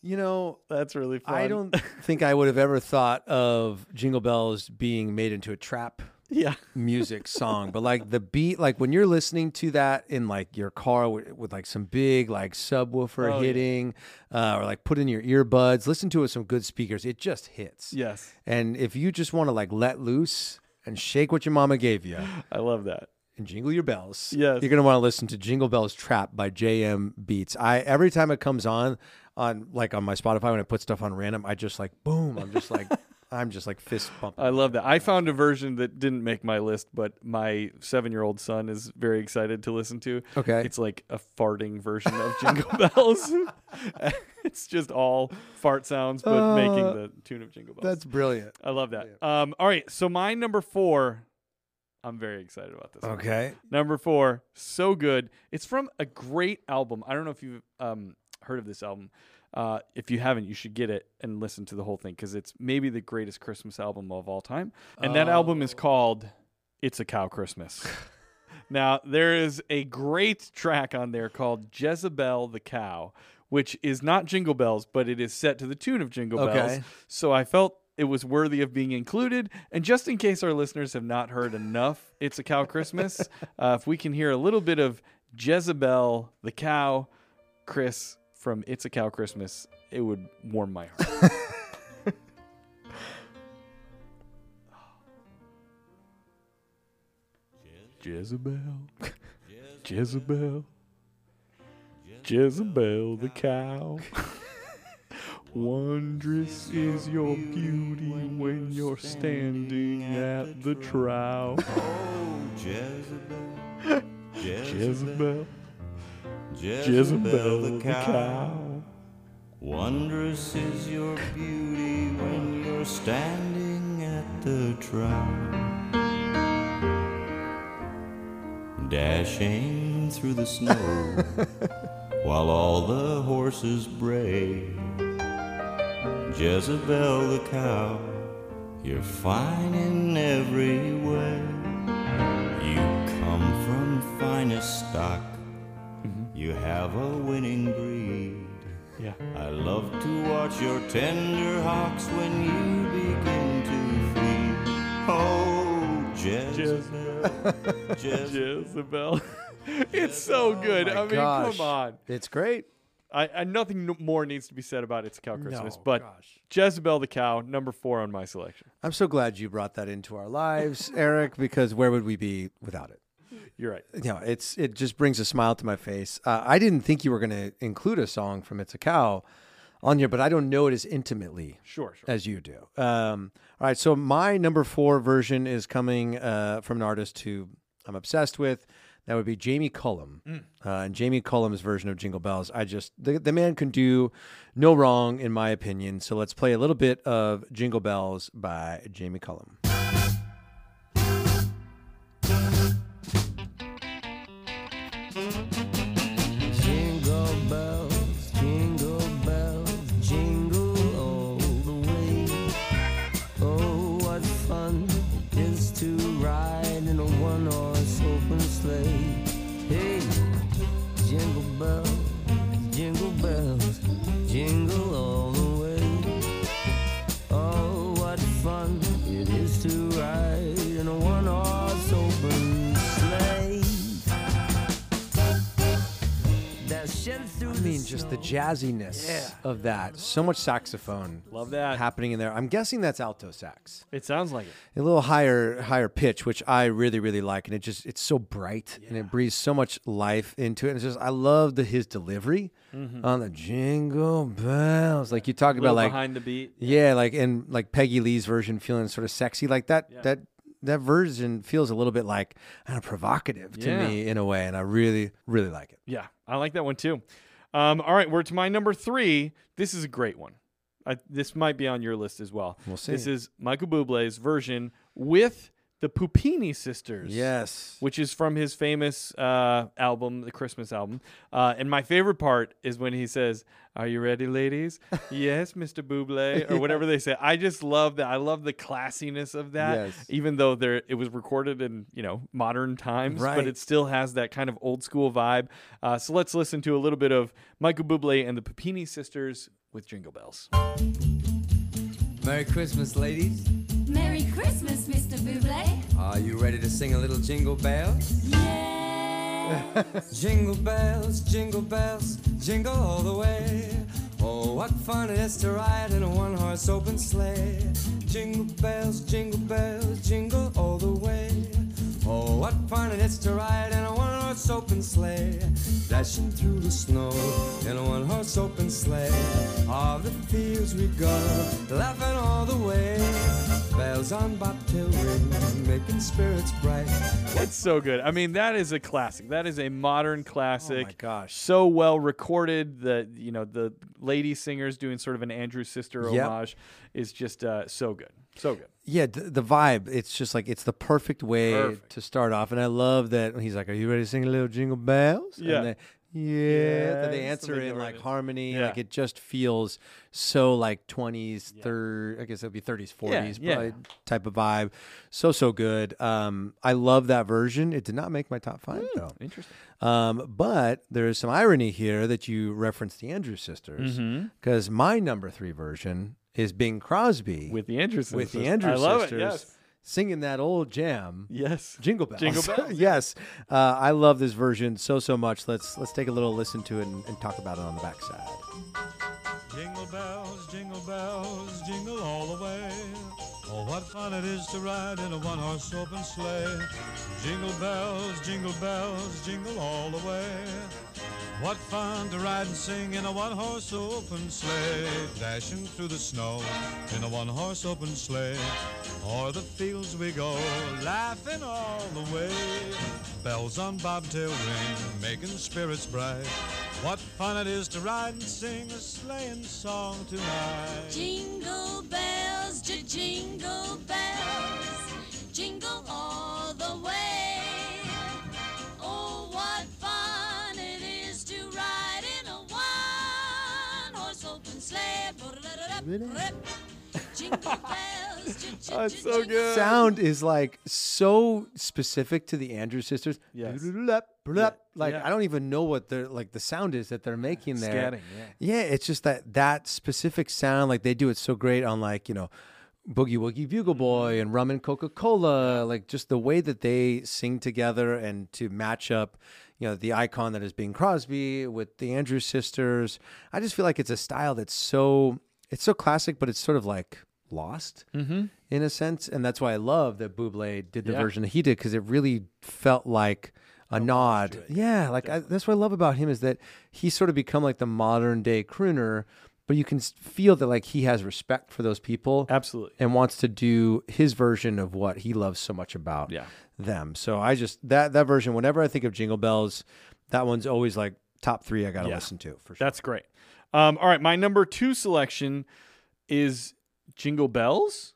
Speaker 1: You know,
Speaker 2: That's really fun.
Speaker 1: I don't think I would have ever thought of Jingle Bells being made into a trap
Speaker 2: Yeah.
Speaker 1: music song, but like the beat, like when you're listening to that in like your car with, with like some big like subwoofer
Speaker 2: Oh, yeah.
Speaker 1: hitting, uh, or like put in your earbuds, listen to it with some good speakers, it just hits.
Speaker 2: Yes.
Speaker 1: And if you just want to like let loose and shake what your mama gave you.
Speaker 2: I love that.
Speaker 1: and jingle your bells.
Speaker 2: Yes.
Speaker 1: You're gonna want to listen to Jingle Bells Trap by JM Beats. I every time it comes on on like on my Spotify when I put stuff on random, I just like boom. I'm just like I'm just like fist bumping.
Speaker 2: I love that. I found a version that didn't make my list, but my seven-year-old son is very excited to listen to.
Speaker 1: Okay.
Speaker 2: It's like a farting version of Jingle Bells. it's just all fart sounds, but making
Speaker 1: Uh,
Speaker 2: the tune of Jingle Bells.
Speaker 1: That's brilliant.
Speaker 2: I love that. Um, all right, so my number four. I'm very excited about this. one.
Speaker 1: Okay.
Speaker 2: Number four, so good. It's from a great album. I don't know if you've um, heard of this album. Uh, if you haven't, you should get it and listen to the whole thing because it's maybe the greatest Christmas album of all time. And that album is called "It's a Cow Christmas." now there is a great track on there called "Jezebel the Cow," which is not Jingle Bells, but it is set to the tune of Jingle
Speaker 1: Okay.
Speaker 2: Bells. So I felt it was worthy of being included. And just in case our listeners have not heard enough, It's a Cow Christmas, uh, if we can hear a little bit of Jezebel the cow, Chris from It's a Cow Christmas, it would warm my heart. Jezebel, Jezebel, Jezebel the cow. Wondrous is your beauty when you're standing at the trough. Oh, Jezebel, Jezebel the cow.
Speaker 8: Wondrous is your beauty when you're standing at the trough. Dashing through the snow while all the horses bray. Jezebel the cow, you're fine in every way. You come from finest stock, you have a winning breed.
Speaker 2: Yeah.
Speaker 8: I love to watch your tender hawks when you begin to feed. Oh, Jezebel, Jezebel.
Speaker 2: Jezebel. it's so good. I mean,
Speaker 1: Gosh,
Speaker 2: come on.
Speaker 1: It's great.
Speaker 2: I, I nothing n- more needs to be said about It's a Cow Christmas,
Speaker 1: No,
Speaker 2: but
Speaker 1: gosh.
Speaker 2: Jezebel the cow, number four on my selection.
Speaker 1: I'm so glad you brought that into our lives, Eric, because where would we be without it?
Speaker 2: You're right.
Speaker 1: you know, it's it just brings a smile to my face. Uh, I didn't think you were going to include a song from It's a Cow on here, but I don't know it as intimately
Speaker 2: Sure, sure.
Speaker 1: as you do. Um, all right, so my number four version is coming uh, from an artist who I'm obsessed with. That would be Jamie Cullum, uh, and Jamie Cullum's version of Jingle Bells. I just the, the man can do no wrong, in my opinion. So let's play a little bit of Jingle Bells by Jamie Cullum.
Speaker 11: Jingle bells, jingle bells, jingle all the way. Oh, what fun it is to ride in a one-horse open sleigh. Hey, jingle bells, jingle bells, jingle all the way. Oh, what fun it is to ride in a one-horse open sleigh.
Speaker 1: I mean, just the jazziness of that. So much saxophone.
Speaker 2: Love that.
Speaker 1: happening in there. I'm guessing that's alto sax,
Speaker 2: It sounds like it.
Speaker 1: a little higher higher pitch, which I really really like, and it just it's so bright and it breathes so much life into it. And it's just I love the his delivery on the jingle bells. Like you talk
Speaker 2: Mm-hmm. A
Speaker 1: about
Speaker 2: little
Speaker 1: like
Speaker 2: behind the beat.
Speaker 1: yeah, like and like Peggy Lee's version feeling sort of sexy, like that that that version feels a little bit like kind of provocative to
Speaker 2: Yeah.
Speaker 1: me in a way, and I really really like it.
Speaker 2: Yeah, I like that one too. Um, all right, we're to my number three. This is a great one. I, this might be on your list as well.
Speaker 1: We'll see.
Speaker 2: This is Michael Bublé's version with the Pupini sisters.
Speaker 1: Yes.
Speaker 2: which is from his famous uh, album, the Christmas album. Uh, and my favorite part is when he says, "Are you ready, ladies?" yes, Mr. Bublé, or whatever they say. I just love that. I love the classiness of that,
Speaker 1: Yes.
Speaker 2: even though there it was recorded in you know modern times,
Speaker 1: Right.
Speaker 2: but it still has that kind of old school vibe. Uh, so let's listen to a little bit of Michael Bublé and the Papini sisters with Jingle Bells.
Speaker 12: Merry Christmas, ladies.
Speaker 13: Merry Christmas, Mr. Buble.
Speaker 12: Are you ready to sing a little jingle bells? jingle bells, jingle bells, jingle all the way. Oh, what fun it is to ride in a one horse open sleigh. Jingle bells, jingle bells, jingle all the way. Oh, what fun it is to ride in a one horse open sleigh. Dashing through the snow in a one horse open sleigh. All the fields we go, laughing all the way. Bells on bobtail ring, making spirits bright.
Speaker 2: That's so good. I mean, that is a classic. That is a modern classic.
Speaker 1: Oh my gosh.
Speaker 2: So well recorded. The you know, the lady singers doing sort of an Andrew sister
Speaker 1: Yep.
Speaker 2: homage is just uh, so good. So good.
Speaker 1: Yeah, th- the vibe. It's just like it's the perfect way
Speaker 2: Perfect.
Speaker 1: to start off, and I love that he's like, "Are you ready to sing a little jingle bells?"
Speaker 2: Yeah.
Speaker 1: And they, yeah. Then they
Speaker 2: Yes,
Speaker 1: answer
Speaker 2: and they
Speaker 1: in
Speaker 2: go right
Speaker 1: like
Speaker 2: in.
Speaker 1: harmony.
Speaker 2: Yeah.
Speaker 1: Like it just feels so like twenties, third. I guess it'd be thirties, forties,
Speaker 2: yeah.
Speaker 1: probably type of vibe. So so good. Um, I love that version. It did not make my top five
Speaker 2: Hmm.
Speaker 1: though.
Speaker 2: Interesting.
Speaker 1: Um, but there is some irony here that you referenced the Andrews sisters
Speaker 2: Mhm.
Speaker 1: because my number three version is Bing Crosby
Speaker 2: With the Andrew sisters.
Speaker 1: with the Andrew
Speaker 2: I love
Speaker 1: sisters
Speaker 2: It, yes.
Speaker 1: singing that old jam.
Speaker 2: Yes.
Speaker 1: Jingle bells.
Speaker 2: Jingle bells,
Speaker 1: yes. Uh, I love this version so so much. Let's let's take a little listen to it and, and talk about it on the backside.
Speaker 6: Jingle bells, jingle bells, jingle all the way. Oh, what fun it is to ride in a one horse open sleigh. Jingle bells, jingle bells, jingle all the way. What fun to ride and sing in a one horse open sleigh. Dashing through the snow in a one horse open sleigh. O'er the fields we go, laughing all the way. Bells on bobtail ring, making spirits bright. What fun it is to ride and sing a sleighing song tonight.
Speaker 10: Jingle bells, j- jingle bells, jingle all the way. Oh, what fun it is to ride in a one horse open sleigh. Jingle bells, j- j-
Speaker 2: Oh, it's so good.
Speaker 1: Sound is like so specific to the Andrews sisters.
Speaker 2: Yes.
Speaker 1: Doodle-dop, doodle-dop. Like
Speaker 2: yeah.
Speaker 1: I don't even know what they're like the sound is that they're making there.
Speaker 2: Scatting,
Speaker 1: yeah. it's just that that specific sound. Like they do it so great on like you know. Boogie Woogie Bugle
Speaker 2: Mm-hmm.
Speaker 1: Boy and Rum and Coca Cola, like just the way that they sing together and to match up, you know, the icon that is Bing Crosby with the Andrews sisters. I just feel like it's a style that's so it's so classic, but it's sort of like lost
Speaker 2: Mhm.
Speaker 1: in a sense, and that's why I love that Buble did the
Speaker 2: Yeah.
Speaker 1: version that he did because it really felt like a nod. Yeah, like I, that's what I love about him is that he's sort of become like the modern day crooner, but you can s- feel that like he has respect for those people.
Speaker 2: Absolutely.
Speaker 1: And wants to do his version of what he loves so much about
Speaker 2: Yeah.
Speaker 1: them. So I just that that version whenever I think of Jingle Bells, that one's always like top 3 I got to
Speaker 2: Yeah.
Speaker 1: listen to for sure.
Speaker 2: That's great. Um, all right, my number two selection is Jingle Bells.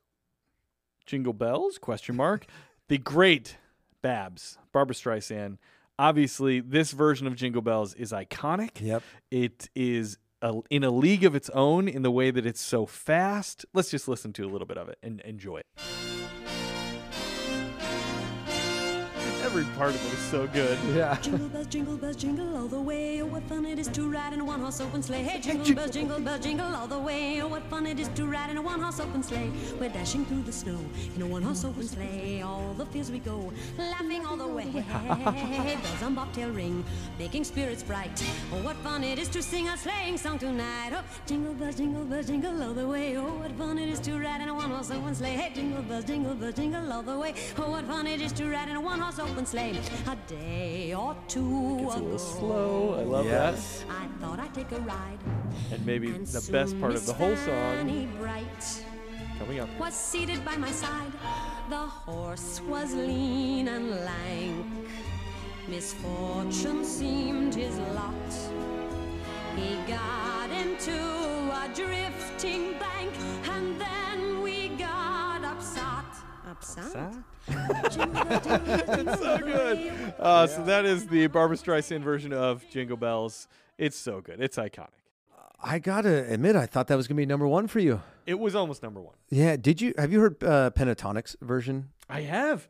Speaker 2: Jingle Bells? Question mark. the great Babs, Barbara Streisand. Obviously, this version of Jingle Bells is iconic.
Speaker 1: Yep.
Speaker 2: It is a, in a league of its own in the way that it's so fast. Let's just listen to a little bit of it and enjoy it. Every part of it is so good.
Speaker 14: jingle bells, jingle bells, jingle all the way. Oh, what fun it is to ride in a one-horse open sleigh. Hey, jingle bells, jingle bells, jingle all the way. Oh, what fun it is to ride in a one-horse open sleigh. We're dashing through the snow in a one-horse open sleigh. All the fields we go, laughing all the way. bells on bobtail ring, making spirits bright. Oh, what fun it is to sing a sleighing song tonight. Oh, jingle bells, jingle bells, jingle all the way. Oh, what fun it is to ride in a one-horse open sleigh. Hey, jingle bells, jingle bells, jingle all the way. Oh, what fun it is to ride in a one-horse open sleigh. A day or two
Speaker 2: It's a
Speaker 14: ago,
Speaker 2: little slow. I love
Speaker 14: I thought I'd take a ride.
Speaker 2: that. And maybe
Speaker 14: And
Speaker 2: the best
Speaker 14: soon
Speaker 2: part of the whole
Speaker 14: Miss Fanny
Speaker 2: song
Speaker 14: Bright
Speaker 2: coming up.
Speaker 14: was seated by my side. The horse was lean and lank. Misfortune seemed his lot. He got into a drifting bank, and then we got upsot. Upsot?
Speaker 2: it's so good. Uh, So that is the Barbara Streisand version of Jingle Bells. It's so good. It's iconic.
Speaker 1: I got to admit I thought that was going to be number 1 for you.
Speaker 2: It was almost number one.
Speaker 1: Yeah, did you have you heard uh, Pentatonic's version?
Speaker 2: I have.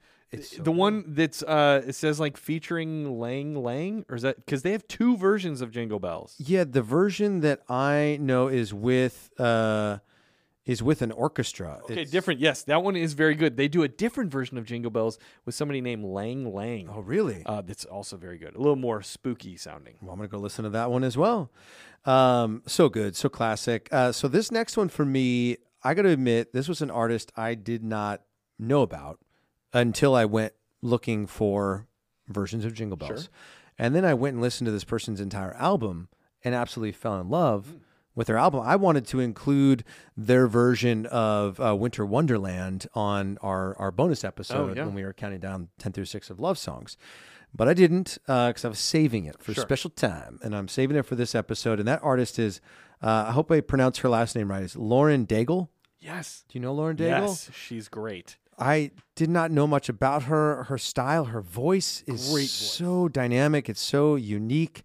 Speaker 2: the one that's uh, it says like featuring Lang Lang, or is that because they have two versions of Jingle Bells?
Speaker 1: Yeah, the version that I know is with uh is with an orchestra.
Speaker 2: Okay, different. Yes, that one is very good. They do a different version of Jingle Bells with somebody named Lang Lang. Oh,
Speaker 1: really?
Speaker 2: Uh, that's also very good. A little more spooky sounding.
Speaker 1: Well, I'm gonna go listen to that one as well. Um, so good, so classic. Uh, so this next one for me, I got to admit, this was an artist I did not know about until I went looking for versions of Jingle Bells,
Speaker 2: Sure.
Speaker 1: and then I went and listened to this person's entire album and absolutely fell in love.
Speaker 2: Hmm.
Speaker 1: With their album, I wanted to include their version of uh, Winter Wonderland on our, our bonus episode
Speaker 2: Oh, yeah.
Speaker 1: when we were counting down 10 through 6 of love songs. But I didn't because I was saving it for
Speaker 2: Sure.
Speaker 1: special time, and I'm saving it for this episode. And that artist is, uh, I hope I pronounce her last name right. Is Lauren Daigle?
Speaker 2: Yes.
Speaker 1: Do you know Lauren Daigle?
Speaker 2: Yes, she's great.
Speaker 1: I did not know much about her. Her style, her voice is
Speaker 2: Great voice.
Speaker 1: so dynamic. It's so unique,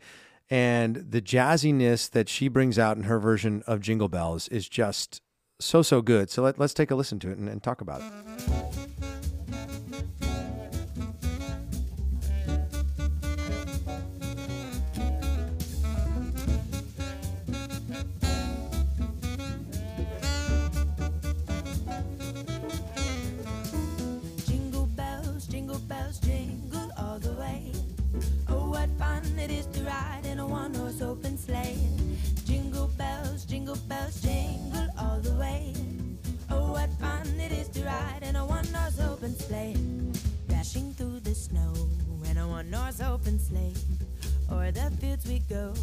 Speaker 1: and the jazziness that she brings out in her version of Jingle Bells is just so so good. So let, let's take a listen to it and, and talk about it.
Speaker 15: Jingle bells, jingle bells, jingle all the way. Oh, what fun it is to ride in a one horse open sleigh. Jingle bells, jingle bells, jingle all the way. Oh, what fun it is to ride in a one horse open sleigh. Dashing through the snow in a one horse open sleigh. O'er the fields we go,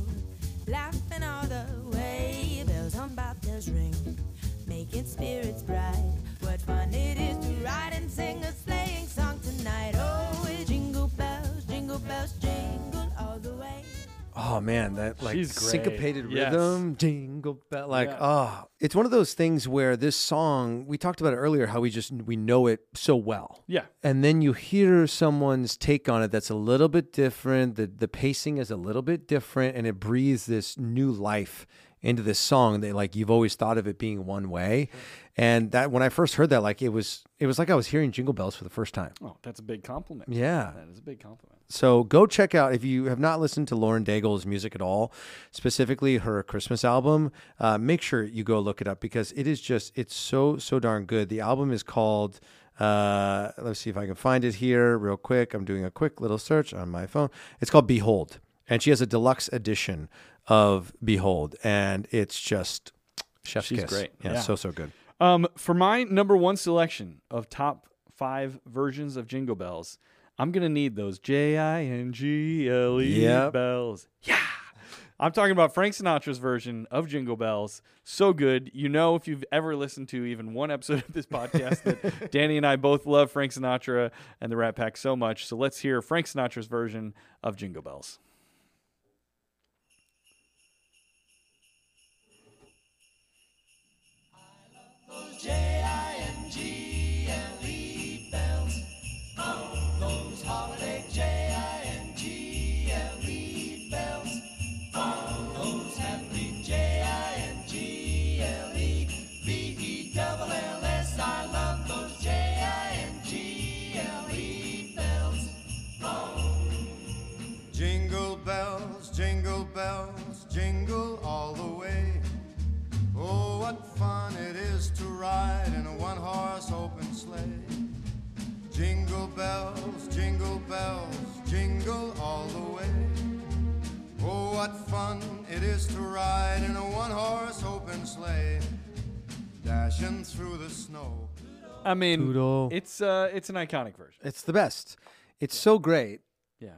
Speaker 15: laughing all the way. Bells on bobtails ring, making spirits bright. What fun it is to ride and sing a sleighing song tonight. Oh, it's jingle bells, jingle bells, jingle all the way.
Speaker 1: Oh man, that like
Speaker 2: She's great.
Speaker 1: syncopated
Speaker 2: Yes.
Speaker 1: rhythm, jingle bell, like
Speaker 2: Yeah.
Speaker 1: ah, it's one of those things where this song we talked about it earlier how we just we know it so well.
Speaker 2: Yeah.
Speaker 1: And then you hear someone's take on it that's a little bit different, the the pacing is a little bit different and it breathes this new life into this song that like you've always thought of it being one way. And that when I first heard that like it was it was like I was hearing jingle bells for the first time.
Speaker 2: Oh, that's a big compliment.
Speaker 1: Yeah.
Speaker 2: That is a big compliment.
Speaker 1: So go check out if you have not listened to Lauren Daigle's music at all, specifically her Christmas album. Uh, make sure you go look it up because it is just it's so so darn good. The album is called. Uh, let's see if I can find it here real quick. I'm doing a quick little search on my phone. It's called Behold, and she has a deluxe edition of Behold, and it's just chef's
Speaker 2: She's
Speaker 1: kiss.
Speaker 2: great.
Speaker 1: yeah,
Speaker 2: Yeah.
Speaker 1: so so good.
Speaker 2: Um, for my number one selection of top five versions of Jingle Bells, I'm gonna need those J I N G L E
Speaker 1: Yep.
Speaker 2: bells. Yeah. I'm talking about Frank Sinatra's version of Jingle Bells. So good. You know, if you've ever listened to even one episode of this podcast, that Danny and I both love Frank Sinatra and the Rat Pack so much. So let's hear Frank Sinatra's version of Jingle Bells.
Speaker 9: Those J-I-N-G-L-E bells. Oh, those holiday J-I-N-G-L-E bells. Oh, those happy J-I-N-G-L-E B-E-double-L-S. I love those J-I-N-G-L-E bells.
Speaker 7: Jingle bells, jingle bells, jingle all the way. Oh, what fun it is to ride in a one horse open sleigh. Jingle bells, jingle bells, jingle all the way. Oh, what fun it is to ride in a one horse open sleigh. Dashing through the snow.
Speaker 2: I mean,
Speaker 1: Toodle.
Speaker 2: it's uh, it's an iconic version.
Speaker 1: It's the best. It's so great
Speaker 2: Yeah.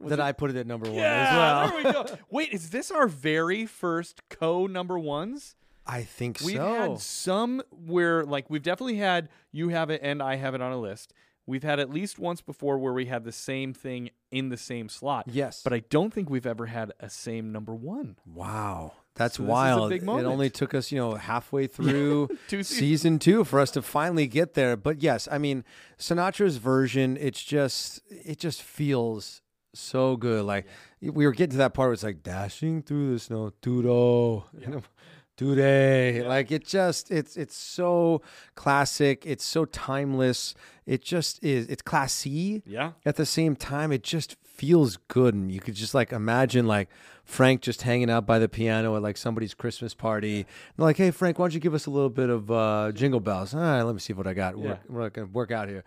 Speaker 1: that I put it at number one as
Speaker 2: Yeah,
Speaker 1: well.
Speaker 2: there we go. Wait, is this our very first co number ones?
Speaker 1: I think
Speaker 2: We've
Speaker 1: so.
Speaker 2: had some where, like, we've definitely had you have it and I have it on a list. We've had at least once before where we had the same thing in the same slot.
Speaker 1: Yes.
Speaker 2: But I don't think we've ever had a same number one.
Speaker 1: Wow. That's
Speaker 2: So this is a
Speaker 1: wild.
Speaker 2: big
Speaker 1: it
Speaker 2: moment.
Speaker 1: only took us, you know, halfway through
Speaker 2: Two seasons.
Speaker 1: season two for us to finally get there. But yes, I mean Sinatra's version, it's just it just feels so good. Like we were getting to that part where it's like dashing through the snow, Tudo. you know, Today, like it just it's it's so classic, it's so timeless. It just is it's classy.
Speaker 2: Yeah.
Speaker 1: At the same time, it just feels good, and you could just like imagine like Frank just hanging out by the piano at like somebody's Christmas party. And they're like, hey Frank, why don't you give us a little bit of uh, Jingle Bells? All right, let me see what I got. We're,
Speaker 2: Yeah.
Speaker 1: we're gonna work out here.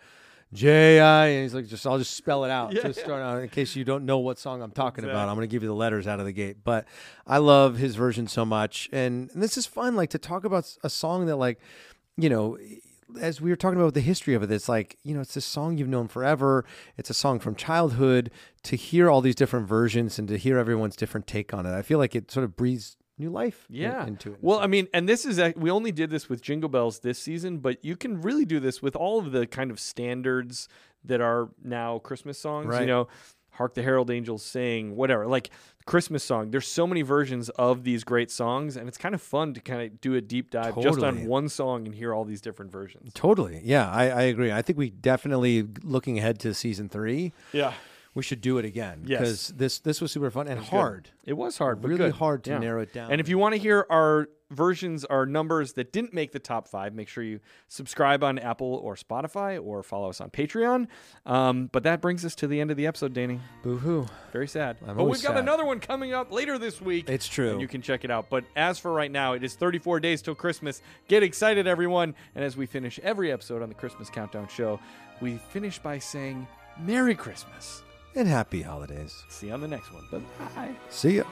Speaker 1: J I and he's like, just I'll just spell it out.
Speaker 2: Yeah,
Speaker 1: just
Speaker 2: yeah.
Speaker 1: start out in case you don't know what song I'm talking about.
Speaker 2: Exactly.
Speaker 1: I'm gonna give you the letters out of the gate. But I love his version so much, and, and this is fun. Like to talk about s- a song that like, you know. As we were talking about the history of it, it's like, you know, it's this song you've known forever. It's a song from childhood. To hear all these different versions and to hear everyone's different take on it, I feel like it sort of breathes new life in-
Speaker 2: yeah.
Speaker 1: into it.
Speaker 2: Well, I mean, and this is a, we only did this with Jingle Bells this season, but you can really do this with all of the kind of standards that are now Christmas songs. You
Speaker 1: Right.
Speaker 2: know, Hark the Herald Angels Sing, whatever, like Christmas song. There's so many versions of these great songs, and it's kind of fun to kind of do a deep dive just on
Speaker 1: Totally.
Speaker 2: one song and hear all these different versions.
Speaker 1: Totally. Yeah, I, I agree. I think we definitely looking ahead to season three.
Speaker 2: Yeah.
Speaker 1: We should do it again.
Speaker 2: Yes.
Speaker 1: Because this this was super fun and
Speaker 2: It was good.
Speaker 1: hard.
Speaker 2: It was hard, but
Speaker 1: really
Speaker 2: good.
Speaker 1: hard to
Speaker 2: Yeah.
Speaker 1: narrow it down.
Speaker 2: And if you want to hear our versions, our numbers that didn't make the top five, make sure you subscribe on Apple or Spotify or follow us on Patreon. Um, but that brings us to the end of the episode, Danny.
Speaker 1: Boo hoo.
Speaker 2: Very sad.
Speaker 1: I'm
Speaker 2: but we've
Speaker 1: always
Speaker 2: got
Speaker 1: sad.
Speaker 2: another one coming up later this week.
Speaker 1: It's true.
Speaker 2: And you can check it out. But as for right now, it is 34 days till Christmas. Get excited, everyone. And as we finish every episode on the Christmas Countdown Show, we finish by saying Merry Christmas.
Speaker 1: And happy holidays.
Speaker 2: See you on the next one. Bye bye.
Speaker 1: See ya.